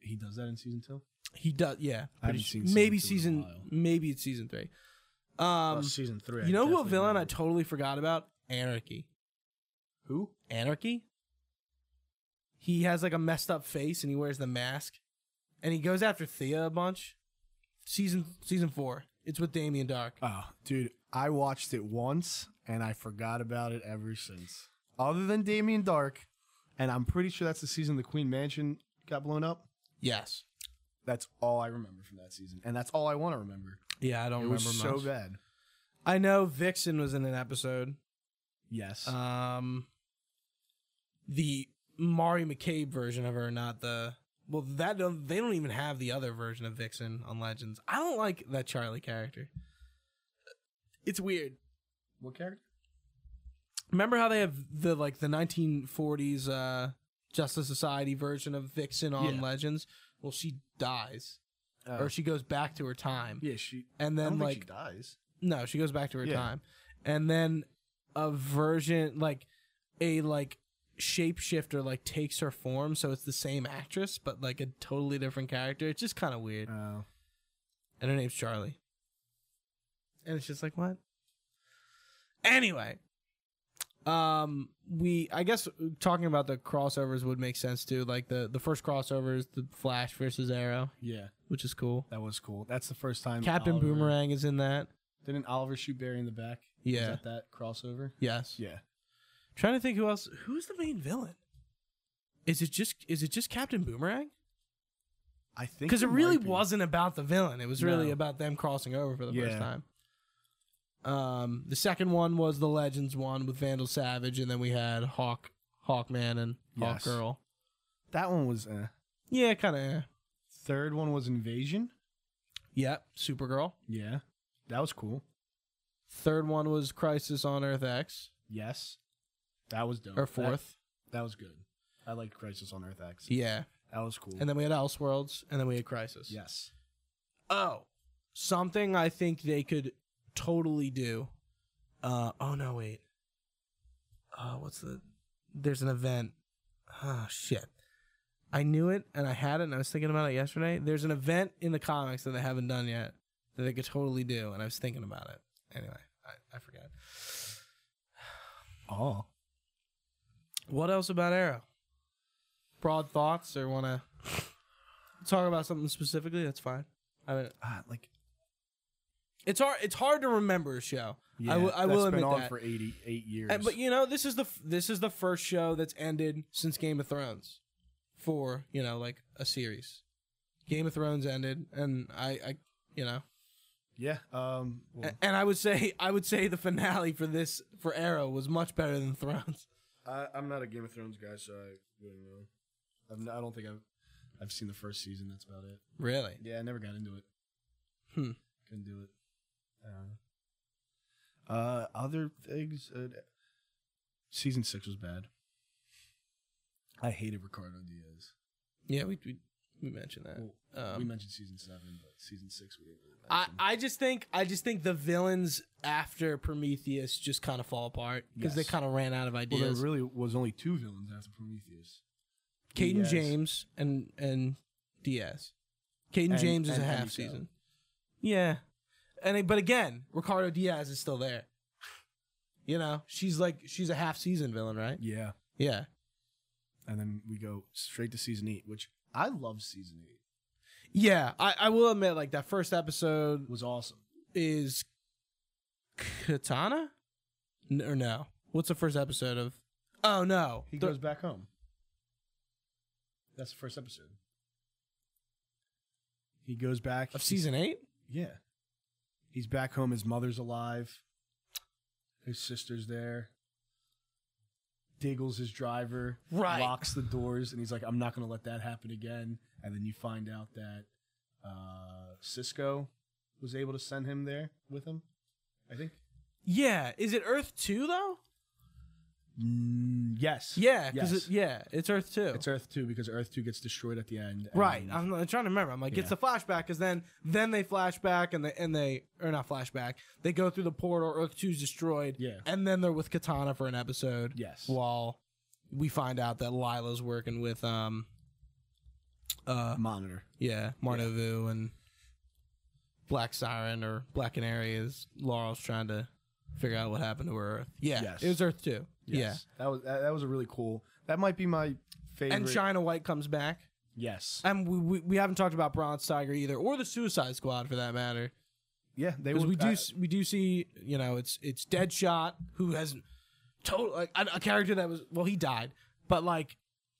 B: He does that in season two.
A: He does, yeah.
B: I haven't
A: Pretty
B: seen
A: su-
B: season
A: maybe
B: two in a
A: season,
B: while.
A: maybe it's season three.
B: Oh,
A: Um,
B: season three. I
A: you know who a
B: definitely
A: villain I
B: remember.
A: totally forgot about? Anarchy.
B: who?
A: Anarchy. He has like a messed up face and he wears the mask, and he goes after Thea a bunch. Season season four. It's with Damien Dark.
B: Oh, dude, I watched it once and I forgot about it ever since. Other than Damien Dark, and I'm pretty sure that's the season the Queen Mansion got blown up.
A: Yes.
B: That's all I remember from that season, and that's all I want to remember.
A: Yeah, I don't
B: it
A: remember
B: was so
A: much.
B: bad.
A: I know Vixen was in an episode.
B: Yes.
A: Um, the Mari McCabe version of her, not the well that don't- they don't even have the other version of Vixen on Legends. I don't like that Charlie character. It's weird.
B: what character?
A: Remember how they have the like the 1940s uh Justice Society version of Vixen on
B: Yeah. Uh.
A: Legends? Well, she dies or she goes back to her time.
B: yeah, she.
A: And
B: I
A: then
B: don't
A: like
B: think she dies.
A: No, she goes back to her
B: Yeah.
A: time. And then a version like a like shapeshifter like takes her form so it's the same actress but like a totally different character. It's just kind of weird.
B: Oh,
A: And her name's Charlie. And it's just like what? Anyway, um we I guess talking about the crossovers would make sense too. Like the the first crossover is the Flash versus Arrow,
B: yeah,
A: which is cool.
B: that was cool. That's the first time
A: Captain
B: Oliver-
A: Boomerang is in that.
B: Didn't Oliver shoot Barry in the back?
A: Yeah.
B: Is that that crossover?
A: Yes.
B: Yeah.
A: Trying to think who else. Who's the main villain? Is it just is it just Captain Boomerang?
B: I think
A: Because it
B: might
A: really
B: be.
A: wasn't about the villain. It was really
B: No.
A: about them crossing over for the first
B: Yeah.
A: time. Um, the second one was the Legends one with Vandal Savage, and then we had Hawk, Hawkman, and Hawk
B: Yes.
A: Girl.
B: That one was. Uh,
A: Yeah, kind of.
B: third one was Invasion.
A: Yep, Supergirl.
B: Yeah, that was cool.
A: Third one was Crisis on Earth X,
B: Yes, that was dope.
A: or
B: That-
A: fourth.
B: That, was good. I liked Crisis on Earth X.
A: Yeah,
B: That was cool.
A: and then we had Elseworlds, and then we had Crisis.
B: yes,
A: Oh, something I think they could totally do. Uh oh no wait. Uh what's the there's an event. Oh shit. I knew it and I had it and I was thinking about it yesterday. There's an event in the comics that they haven't done yet that they could totally do, and I was thinking about it. Anyway, I, I forgot.
B: Oh.
A: What else about Arrow? Broad thoughts, or want to talk about something specifically? That's fine. I mean,
B: Ah, like
A: it's hard. It's hard to remember a show.
B: yeah,
A: I will- I
B: that's
A: will
B: been
A: admit
B: on
A: that.
B: for 88 years.
A: And- Uh, but you know, this is the f- this is the first show that's ended since Game of Thrones, for you know like a series. Game of Thrones ended, and I, I you know,
B: yeah, um,
A: a-
B: well,
A: and I would say I would say the finale for this for Arrow was much better than Thrones.
B: I, I'm not a Game of Thrones guy, so I wouldn't know. I'm not, I don't think I've I've seen the first season. That's about it.
A: Really?
B: Yeah, I never got into it.
A: Hmm.
B: Couldn't do it. Uh, uh, other things. Uh, season six was bad. I hated Ricardo Diaz.
A: Yeah, we we, we mentioned that.
B: Well, we
A: Um,
B: mentioned season seven, but season six we didn't. Really
A: I,
B: mention.
A: I just think I just think the villains after Prometheus just kind of fall apart because they
B: Yes.
A: kind of ran out of
B: well, there
A: ideas.
B: really was only two villains after Prometheus.
A: Caden
B: Diaz.
A: James and and Diaz. Caden
B: And-
A: James is
B: and
A: a half
B: Henry Cavill.
A: season. Yeah, and it- but again, Ricardo Diaz is still there. You know, she's like she's a half season villain, right?
B: Yeah,
A: Yeah,
B: and then we go straight to season eight, which I love. Season eight
A: yeah. I, I will admit, like that first episode
B: was awesome.
A: is Katana, N- or no? What's the first episode of? Oh no,
B: He
A: The-
B: goes back home. That's the first episode. He goes back
A: of season eight.
B: Yeah, he's back home. His mother's alive. His sister's there. Diggles his driver,
A: Right.
B: locks the doors, and he's like, "I'm not going to let that happen again." And then you find out that uh, Cisco was able to send him there with him. I think.
A: Yeah, is it Earth two though?
B: Mm, yes.
A: Yeah, because
B: Yes.
A: yeah, it's Earth two.
B: it's Earth Two because Earth Two gets destroyed at the end. and-
A: Right. um, I'm, I'm trying to remember. I'm like, it's the
B: Yeah.
A: flashback because then then they flashback and they and they or not flashback. They go through the portal. Earth two's destroyed.
B: Yeah.
A: And then they're with Katana for an episode.
B: Yes.
A: While we find out that Lila's working with um. Uh
B: Monitor.
A: yeah, Marnovu and Black Siren or Black Canary is Laurel's trying to figure out what happened to her Earth. Yeah,
B: Yes.
A: it was Earth two. Yeah.
B: Yes. That was that, that was a really cool. That might be my favorite.
A: And China White comes back.
B: Yes.
A: And we, we, we haven't talked about Bronze Tiger either, or the Suicide Squad for that matter.
B: Yeah, they
A: Because
B: were-
A: we do
B: I-
A: s we do see you know it's it's Deadshot who has total like a, a character that was well he died, but like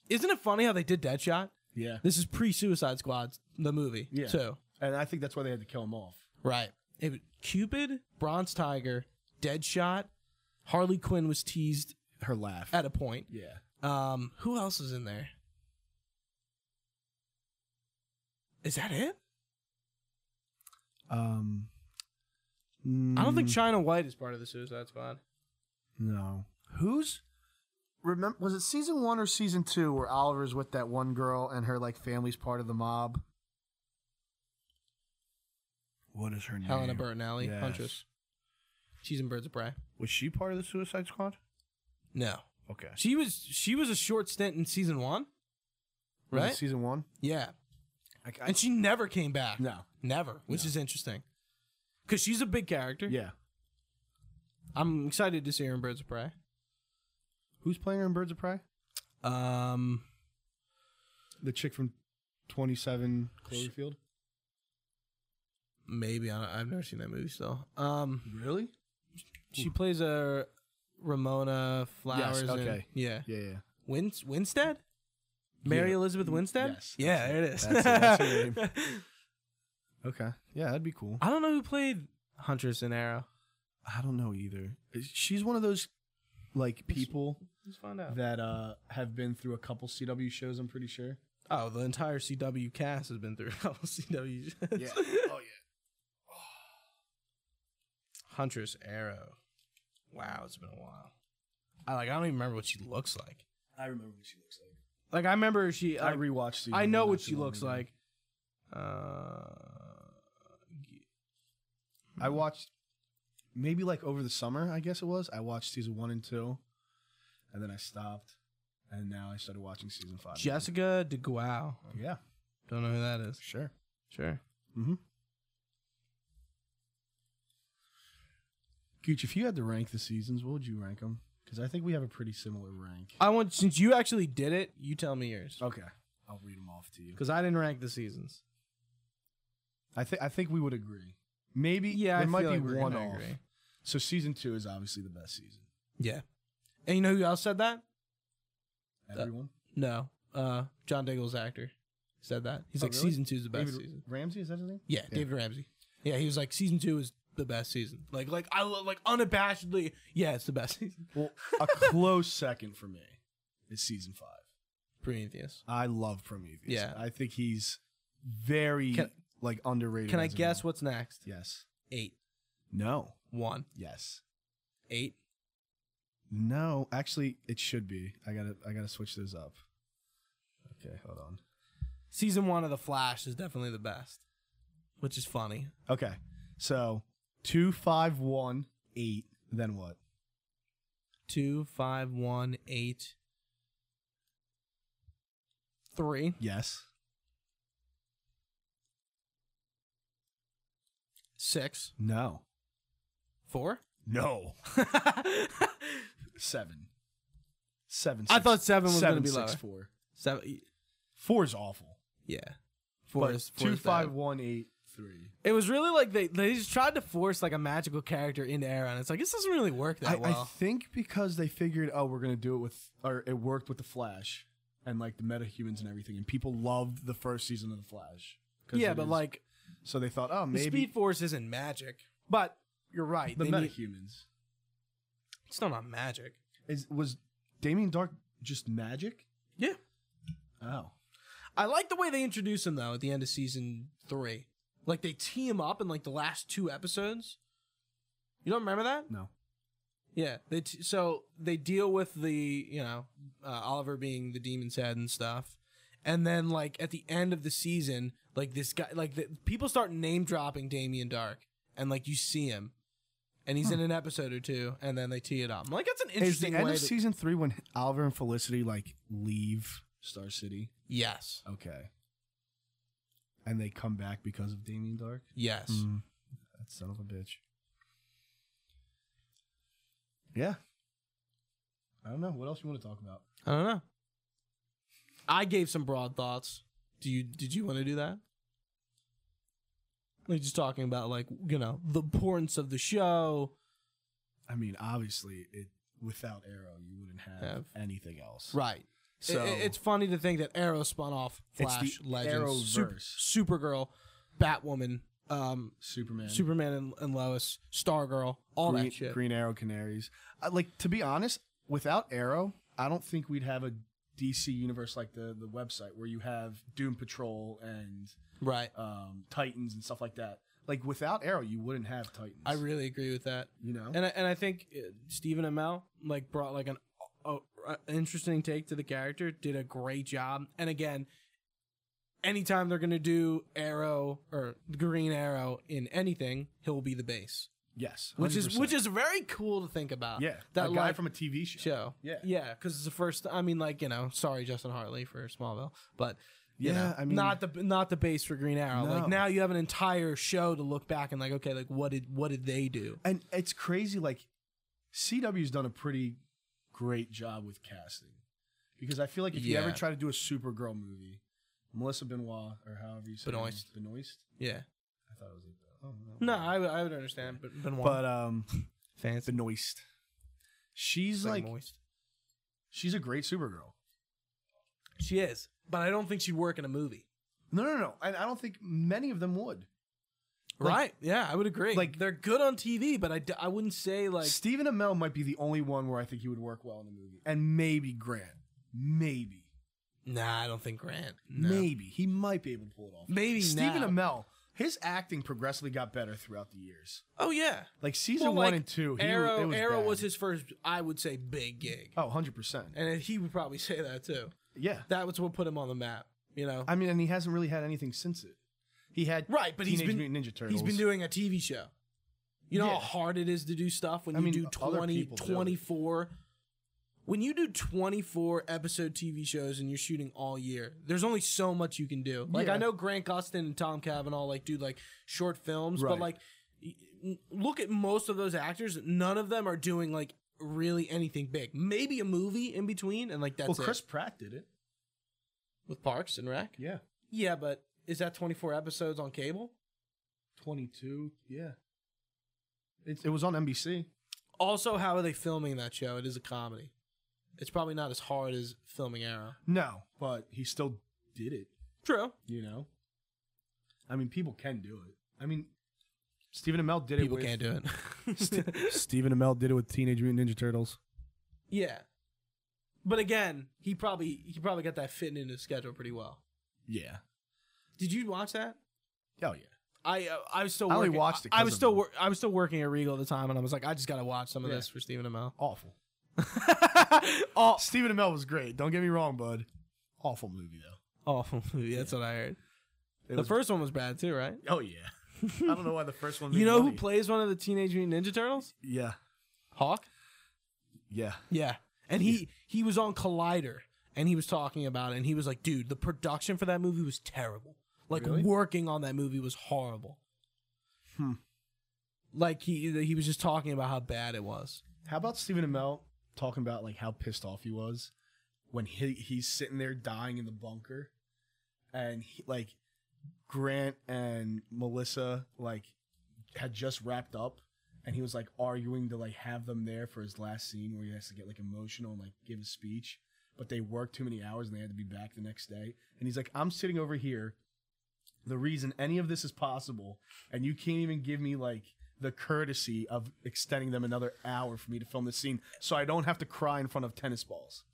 A: isn't it funny how they did Deadshot?
B: yeah,
A: This is pre Suicide Squad the movie
B: Yeah.
A: too,
B: and I think that's why they had to kill him off.
A: right? It was Cupid, Bronze Tiger, Deadshot, Harley Quinn was teased
B: Her laugh.
A: at a point.
B: yeah,
A: Um, who else is in there? Is that it?
B: um, Mm,
A: I don't think China White is part of the Suicide Squad.
B: no. Who's remember? Was it season one or season two where Oliver's with that one girl and her like family's part of the mob? What is her name?
A: Helena Bertinelli,
B: Yes.
A: Huntress. She's in Birds of Prey.
B: Was she part of the Suicide Squad?
A: No,
B: Okay,
A: she was. She was a short stint in season one,
B: Was it
A: right?
B: Season one.
A: yeah,
B: I,
A: and she never came back.
B: no.
A: never, which
B: No.
A: is interesting because she's a big character.
B: Yeah.
A: I'm excited to see her in Birds of Prey.
B: Who's playing her in Birds of Prey?
A: Um,
B: The chick from Twenty Seven Cloverfield.
A: maybe I don't, I've never seen that movie still. Um,
B: Really?
A: she plays a Ramona Flowers. in-
B: okay.
A: yeah,
B: Yeah. yeah.
A: Win- Winstead. Mary
B: Yeah.
A: Elizabeth Winstead.
B: Yes,
A: yeah,
B: that's
A: there it is.
B: That's it, that's her Okay. Yeah, that'd be cool.
A: I don't know who played Huntress and Arrow.
B: I don't know either. She's one of those like people
A: Let's find out.
B: that uh have been through a couple CW shows, I'm pretty sure.
A: Oh, the entire CW cast has been through a couple CW. shows.
B: oh
A: Huntress Arrow. Wow, it's been a while. I like. I don't even remember what she looks like.
B: yeah. I remember what she looks like.
A: Like I remember she.
B: I
A: Like,
B: rewatched season
A: I know
B: one not
A: what
B: too
A: she
B: long
A: looks
B: ago.
A: like. Uh,
B: I watched maybe like over the summer, I guess it was. I watched season one and two, and then I stopped, and now I started watching season five. again.
A: Jessica DeGuao.
B: Yeah.
A: Don't know who that is.
B: Sure.
A: Sure.
B: Mm-hmm. Gooch, if you had to rank the seasons, what would you rank them? Because I think we have a pretty similar rank.
A: I want since you actually did it, you tell me yours
B: Okay, I'll read them off to you.
A: because I didn't rank the seasons.
B: I think I think we would agree. Maybe
A: Yeah,
B: there
A: I
B: might
A: feel
B: be
A: like we're
B: one
A: gonna
B: off.
A: agree.
B: So season two is obviously the best season.
A: Yeah, and you know who else said that? Uh,
B: Everyone,
A: No, uh, John Diggle's actor said that. He's
B: Oh,
A: like
B: really?
A: season two's the best
B: David
A: season.
B: Ramsey is that his name?
A: Yeah, David Ramsey. Yeah, he was like season two is the best season. Like like I lo- like unabashedly. Yeah, it's the best season.
B: Well, a close second for me is season five.
A: Prometheus.
B: I love Prometheus.
A: Yeah.
B: I think he's very
A: Can-
B: like underrated.
A: Can I
B: as a
A: guess
B: villain.
A: what's next?
B: Yes.
A: Eight
B: No.
A: one
B: Yes.
A: eight.
B: No. Actually, it should be. I gotta. I gotta switch those up. Okay, hold on.
A: Season one of The Flash is definitely the best, which is funny.
B: Okay, so two, five, one, eight. Then what?
A: Two five one eight three
B: Yes.
A: six
B: No.
A: four.
B: No.
A: Seven.
B: Seven. Seven.
A: I
B: six-
A: thought seven was gonna be
B: six,
A: lower.
B: four. Four is awful.
A: Yeah. Four
B: But
A: is four
B: two,
A: is bad.
B: five, one, eight, three.
A: It was really like they they just tried to force like a magical character into Aaron. It's like this doesn't really work that
B: I, I
A: well.
B: think because they figured, oh, we're gonna do it with, or it worked with the Flash and like the metahumans and everything, and people loved the first season of the Flash. 'Cause
A: yeah,
B: it
A: but
B: is-
A: like
B: so they thought, oh,
A: the
B: maybe
A: Speed Force isn't magic. But you're right.
B: the
A: they need-
B: metahumans
A: it's still not magic.
B: is was Damien Dark just magic?
A: Yeah.
B: Oh,
A: I like the way they introduce him though at the end of season three. Like they tee him up in like the last two episodes. You don't remember that?
B: no.
A: Yeah. They t- so they deal with the you know uh, Oliver being the demon's head and stuff, and then like at the end of the season, like this guy, like the, people start name dropping Damien Dark, and like you see him, and he's in an episode or two, and then they tee it up. I'm like that's an
B: Hmm. Is the
A: interesting
B: end
A: way.
B: of
A: to-
B: season three when Oliver and Felicity like leave Star City?
A: yes.
B: Okay. And they come back because of Damien Dark?
A: Yes.
B: Hmm. Mm. That son of a bitch. Yeah. I don't know. What else you want to talk about?
A: I don't know. I gave some broad thoughts. Do you did you want to do that? Like just talking about like you know the importance of the show,
B: I mean, obviously, it without Arrow, you wouldn't have,
A: Have.
B: anything else.
A: right? So
B: So-
A: it's funny to think that Arrow spun off
B: the
A: Flash, Legends, Sup-
B: Arrowverse.
A: Supergirl, Batwoman, um,
B: Superman,
A: Superman and, and Lois, Stargirl, all
B: Green,
A: that shit.
B: Green Arrow, Canaries. Uh, like to be honest, without Arrow, I don't think we'd have a DC universe like the the website where you have Doom Patrol and
A: Right.
B: um, Titans and stuff like that. Like without Arrow, you wouldn't have Titans.
A: I really agree with that.
B: you know,
A: And I, and I think uh, Stephen Amell like brought like an a, a interesting take to the character. Did a great job. And again, anytime they're gonna do Arrow or Green Arrow in anything, he'll be the base,
B: yes,
A: which is
B: 100%.
A: which is very cool to think about.
B: yeah,
A: that
B: that guy
A: like,
B: from a TV show.
A: show.
B: Yeah.
A: yeah, because it's the first. I mean, like you know, sorry Justin Hartley for Smallville, but. You
B: Yeah,
A: know,
B: I mean-
A: not the not the base for Green Arrow. Like
B: No.
A: now you have an entire show to look back and like, okay, like what did what did they do?
B: And it's crazy. Like CW's done a pretty great job with casting because I feel like if you ever
A: Yeah.
B: try to do a Supergirl movie, Melissa Benoist or however you say her name,
A: Benoist.
B: Benoist.
A: Yeah,
B: I thought it was. Like, oh,
A: no, I, would- I would understand, but Benoit.
B: but um,
A: fancy
B: Benoist. She's like,
A: moist.
B: she's a great Supergirl.
A: She is, but I don't think she'd work in a movie.
B: No, no, no, and I don't think many of them would. Like-
A: Right? Yeah, I would agree. Like
B: like-
A: they're good on TV, but I, d- I wouldn't say like
B: Stephen Amell might be the only one where I think he would work well in the movie, and maybe Grant, maybe,
A: nah. I don't think Grant. No.
B: maybe he might be able to pull it off.
A: Maybe
B: Stephen
A: now.
B: Amell, his acting progressively got better throughout the years.
A: Oh yeah.
B: Like season
A: Well,
B: one
A: like,
B: and two, he,
A: Arrow
B: it was
A: Arrow
B: bad.
A: was his first, I would say, big gig,
B: oh 100 percent.
A: and he would probably say that too.
B: Yeah,
A: That was what put him on the map. You know.
B: I mean, and he hasn't really had anything since it. He had
A: Right, but he's
B: Teenage
A: been-
B: Mutant Ninja Turtles.
A: He's been doing a TV show. You know how
B: Yeah.
A: hard it is to do stuff when
B: I
A: you
B: mean,
A: do
B: other
A: 20,
B: people do it.
A: 24. When you do 24 episode TV shows and you're shooting all year, there's only so much you can do. Like, I
B: Yeah.
A: know Grant Gustin and Tom Cavanaugh, like, do like short films, but
B: Right.
A: like, y- n- look at most of those actors, none of them are doing like really anything big. Maybe a movie in between, and like that's
B: well,
A: it.
B: Chris Pratt did it.
A: with Parks and Rec.
B: Yeah,
A: Yeah, but is that 24 episodes on cable?
B: twenty-two. Yeah, it, it was on NBC.
A: Also, how are they filming that show? It is a comedy. It's probably not as hard as filming Arrow.
B: No, but he still did it.
A: True.
B: You know, I mean, people can do it. I mean, Stephen Amell did
A: People
B: it.
A: can't do
B: St-
A: it.
B: Stephen Amell did it with Teenage Mutant Ninja Turtles.
A: yeah. But again, he probably he probably got that fitting into his schedule pretty well.
B: Yeah.
A: Did you watch that?
B: Oh yeah.
A: I uh, I was still
B: I only
A: working-
B: watched it
A: I,
B: 'cause
A: was
B: of
A: still
B: him.
A: wor- I was still working at Regal at the time, and I was like, I just gotta watch some of
B: Yeah.
A: this for Stephen Amell.
B: Awful. Oh,
A: Aw-
B: Stephen Amell was great. Don't get me wrong, bud. Awful movie though.
A: awful movie. That's what I heard.
B: It
A: the
B: was-
A: first one was bad too, right?
B: Oh yeah. I don't know why the first one.
A: You
B: made
A: know who
B: money.
A: plays one of the Teenage Mutant Ninja Turtles?
B: Yeah.
A: Hawk.
B: Yeah.
A: Yeah, and he he was on Collider, and he was talking about it, and he was like, "Dude, the production for that movie was terrible. Like
B: Really?
A: working on that movie was horrible."
B: Hmm.
A: Like he he was just talking about how bad it was.
B: How about Stephen Amell talking about like how pissed off he was when he he's sitting there dying in the bunker, and he, like Grant and Melissa like had just wrapped up, and he was like arguing to like have them there for his last scene where he has to get like emotional and like give a speech, but they worked too many hours and they had to be back the next day, and he's like I'm sitting over here. The reason any of this is possible, and you can't even give me like the courtesy of extending them another hour for me to film this scene so I don't have to cry in front of tennis balls.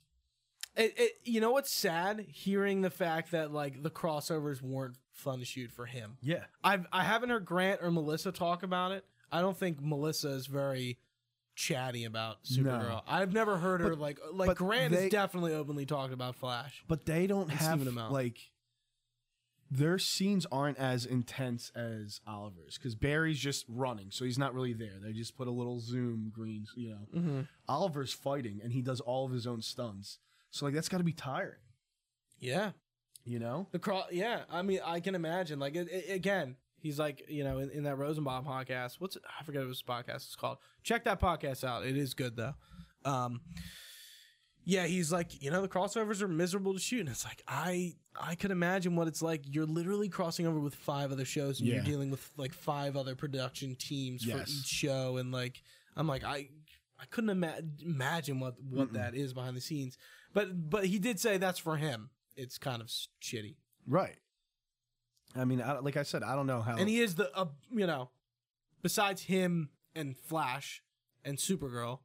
A: It, it, you know what's sad? Hearing the fact that like the crossovers weren't fun to shoot for him.
B: Yeah.
A: I've I haven't heard Grant or Melissa talk about it. I don't think Melissa is very chatty about Supergirl. I've never heard her
B: But-
A: like like
B: but
A: Grant
B: they-
A: has definitely openly talked about Flash.
B: But they don't
A: And
B: have
A: Steven Amell.
B: like their scenes aren't as intense as Oliver's because Barry's just running, so he's not really there. They just put a little zoom green, you know.
A: Mm-hmm.
B: Oliver's fighting and he does all of his own stunts. So like that's gotta be tiring,
A: Yeah,
B: you know?
A: the cross. Yeah, I mean I can imagine. Like it, it- again, he's like you know in, in that Rosenbaum podcast. What's it? I forget what his podcast is called. Check that podcast out. It is good though. Um, yeah, he's like, you know, the crossovers are miserable to shoot, and it's like I I could imagine what it's like. You're literally crossing over with five other shows, and you're
B: Yeah.
A: dealing with like five other production teams for
B: Yes.
A: each show, and like I'm like I I couldn't ima- imagine what what
B: Mm-mm.
A: that is behind the scenes, but but he did say that's for him. It's kind of s- shitty,
B: Right. I mean, I, like I said, I don't know how.
A: and he is the uh, you know, besides him and Flash and Supergirl,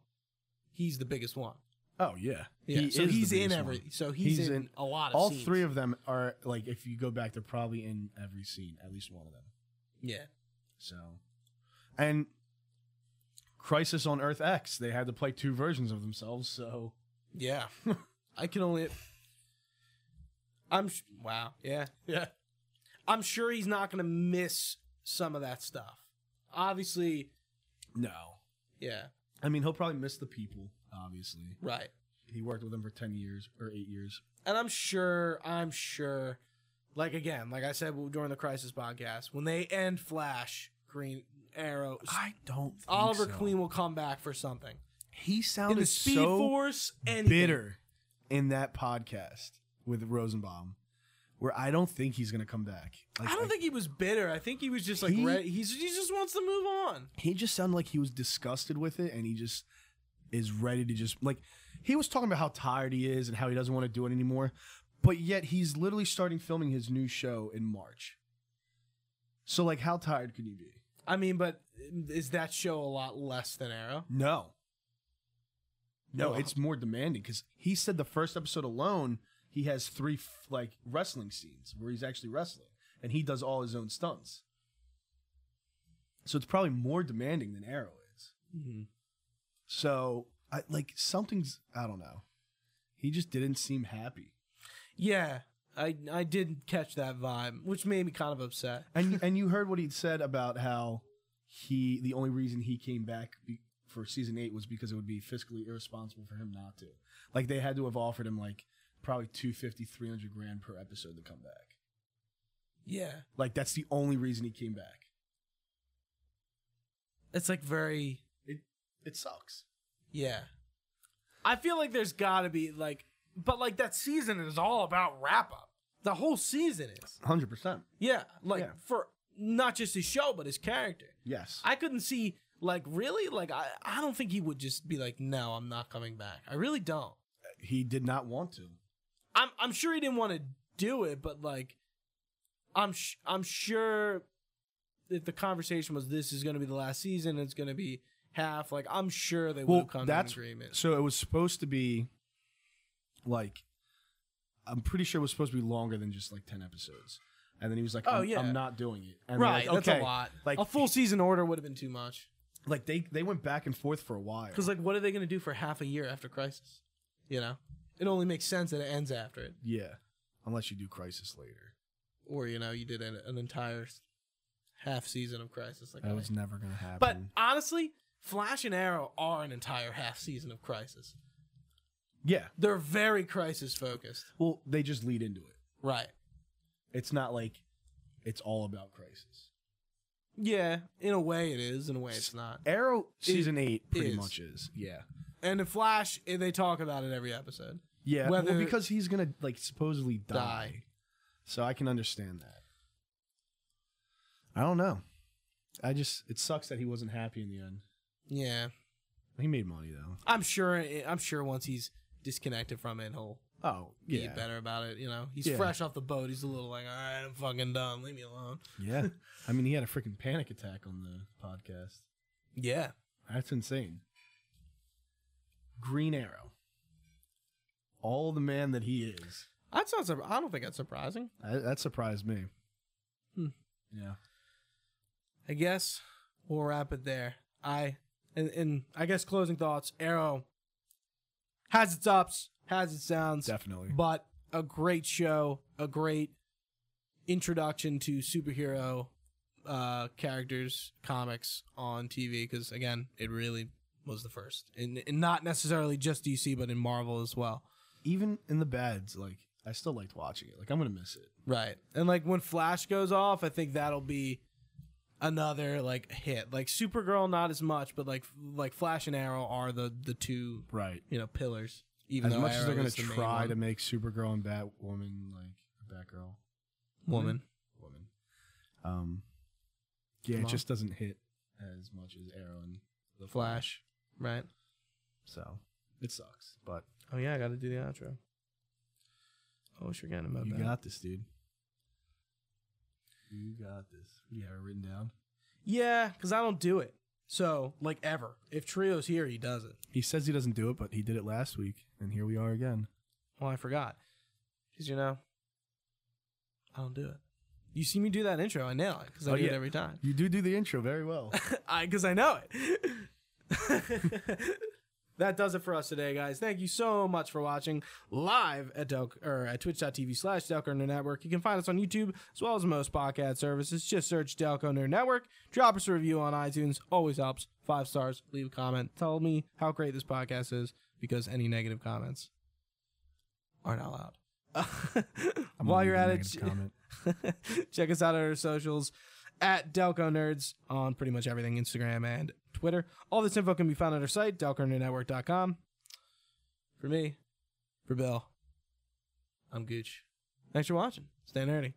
A: he's the biggest one.
B: oh yeah,
A: Yeah,
B: He
A: so
B: is the
A: he's in
B: biggest
A: every.
B: one.
A: So he's,
B: He's
A: in,
B: in
A: a lot of
B: all
A: scenes.
B: three of them are like if you go back they're probably in every scene at least one of them
A: Yeah.
B: so and crisis on earth x they had to play two versions of themselves so
A: Yeah. I can only. I'm. Sh- wow. Yeah.
B: yeah
A: I'm sure he's not going to miss some of that stuff. Obviously.
B: no
A: Yeah.
B: i mean he'll probably miss the people obviously
A: Right.
B: he worked with them for 10 years or 8 years
A: And I'm sure. I'm sure. Like again, like I said during the Crisis podcast, when they end Flash, Green Arrow,
B: i don't think
A: Oliver
B: so.
A: Queen will come back for something.
B: he
A: In
B: sounded
A: the Speed
B: so
A: Force, and
B: bitter in that podcast with rosenbaum where i don't think he's gonna come back Like,
A: I don't think he was bitter. I think he was just like
B: He-
A: ready. He's, he just wants to move on.
B: he just sounded like he was disgusted with it and he just is ready to just like he was talking about how tired he is and how he doesn't want to do it anymore but yet he's literally starting filming his new show in march so like how tired could you be
A: I mean, but is that show a lot less than Arrow?
B: no no
A: No.
B: it's more demanding because he said the first episode alone he has three f- like wrestling scenes where he's actually wrestling and he does all his own stunts so it's probably more demanding than arrow is So I like something's I don't know. He just didn't seem happy.
A: Yeah, I I did catch that vibe, which made me kind of upset.
B: And and you heard what he'd said about how he the only reason he came back be, for season 8 was because it would be fiscally irresponsible for him not to. Like they had to have offered him like probably 250 300 grand per episode to come back.
A: Yeah,
B: Like that's the only reason he came back.
A: It's like very
B: It sucks.
A: yeah. I feel like there's got to be like, but like that season is all about wrap up. The whole season is
B: Hundred percent.
A: yeah, like
B: Yeah.
A: for not just his show but his character.
B: Yes.
A: I couldn't see like really like I I don't think he would just be like no I'm not coming back. I really don't.
B: he did not want to.
A: I'm I'm sure he didn't want to do it, but like, I'm sh- I'm sure if the conversation was this is going to be the last season, it's going to be half. Like I'm sure they would
B: Well,
A: have come
B: that's-
A: to an agreement.
B: So it was supposed to be like I'm pretty sure it was supposed to be longer than just like ten episodes. And then he was like,
A: Oh,
B: I'm,
A: yeah.
B: I'm not doing it. And they're
A: Right,
B: like,
A: that's
B: okay.
A: a lot.
B: like-
A: a full season order would have been too much.
B: Like they they went back and forth for a while.
A: Because like, what are they going to do for half a year after Crisis? You know, it only makes sense that it ends after it,
B: Yeah. Unless you do Crisis later.
A: or you know, you did an, an entire s- half season of Crisis. Like, I
B: That was never gonna happen.
A: but honestly, Flash and Arrow are an entire half season of Crisis.
B: yeah.
A: They're very crisis focused.
B: Well, they just lead into it.
A: Right.
B: It's not like it's all about Crisis.
A: Yeah, in a way it is, in a way it's not.
B: Arrow season eight pretty
A: is.
B: much is. Yeah.
A: And the Flash, eh, they talk about it every episode.
B: Yeah.
A: Whether-
B: well, because he's gonna like supposedly die.
A: Die.
B: So I can understand that. I don't know. I just it sucks that he wasn't happy in the end.
A: Yeah,
B: He made money though.
A: I'm sure. eh, I'm sure once he's disconnected from it, he'll
B: Oh
A: be
B: yeah,
A: better about it. You know, he's
B: Yeah.
A: fresh off the boat. He's a little like, all right, I'm fucking done. Leave me alone.
B: yeah. I mean, he had a freaking panic attack on the podcast.
A: Yeah.
B: That's insane. Green Arrow. All the man that he is.
A: That's not. Sur- I don't think that's surprising.
B: I, that surprised me.
A: Hmm.
B: Yeah.
A: I guess we'll wrap it there. I and, and I guess closing thoughts. Arrow has its ups, has its downs.
B: Definitely.
A: but a great show, a great introduction to superhero uh, characters, comics on TV. Because again, it really was the first, and, and not necessarily just DC, but in Marvel as well.
B: Even in the bads, like I still liked watching it. Like I'm gonna miss it.
A: Right, and like when Flash goes off, I think that'll be another like hit. Like Supergirl, not as much, but like like Flash and Arrow are the the two
B: Right.
A: you know pillars. Even
B: As
A: though
B: much as they're
A: Arrow
B: gonna
A: is the main
B: try
A: one.
B: to make Supergirl and Batwoman like a Batgirl.
A: woman.
B: woman. Um, yeah,
A: Come
B: it
A: on.
B: just doesn't hit as much as Arrow and the
A: Flash. Right.
B: So it sucks, but
A: Oh yeah, I got to do the outro. Oh, wish forgetting about
B: you
A: that.
B: got this, dude. You got this. What do you have it written down?
A: yeah, because I don't do it. So like ever, if Trio's here, he does it.
B: He says he doesn't do it, but he did it last week, and here we are again.
A: Well, I forgot. Cause you know, I don't do it. You see me do that intro, I nail it because I
B: Oh,
A: do it
B: yeah.
A: every time.
B: You do do the intro very well.
A: I because I know it. that does it for us today, guys. Thank you so much for watching live at Del- or at twitch.tv slash Delco Nerd Network. You can find us on YouTube as well as most podcast services. Just search Delco Nerd Network. Drop us a review on iTunes. Always helps. Five stars. Leave a comment. Tell me how great this podcast is because any negative comments are not allowed.
B: I'm
A: While
B: gonna
A: you're at
B: leave a
A: it,
B: negative comment.
A: check us out on our socials at Delco Nerds on pretty much everything Instagram and Twitter. All this info can be found at our site, DelcoNerdNetwork.com. For me, for Bill, I'm Gooch. Thanks for watching. Stay nerdy.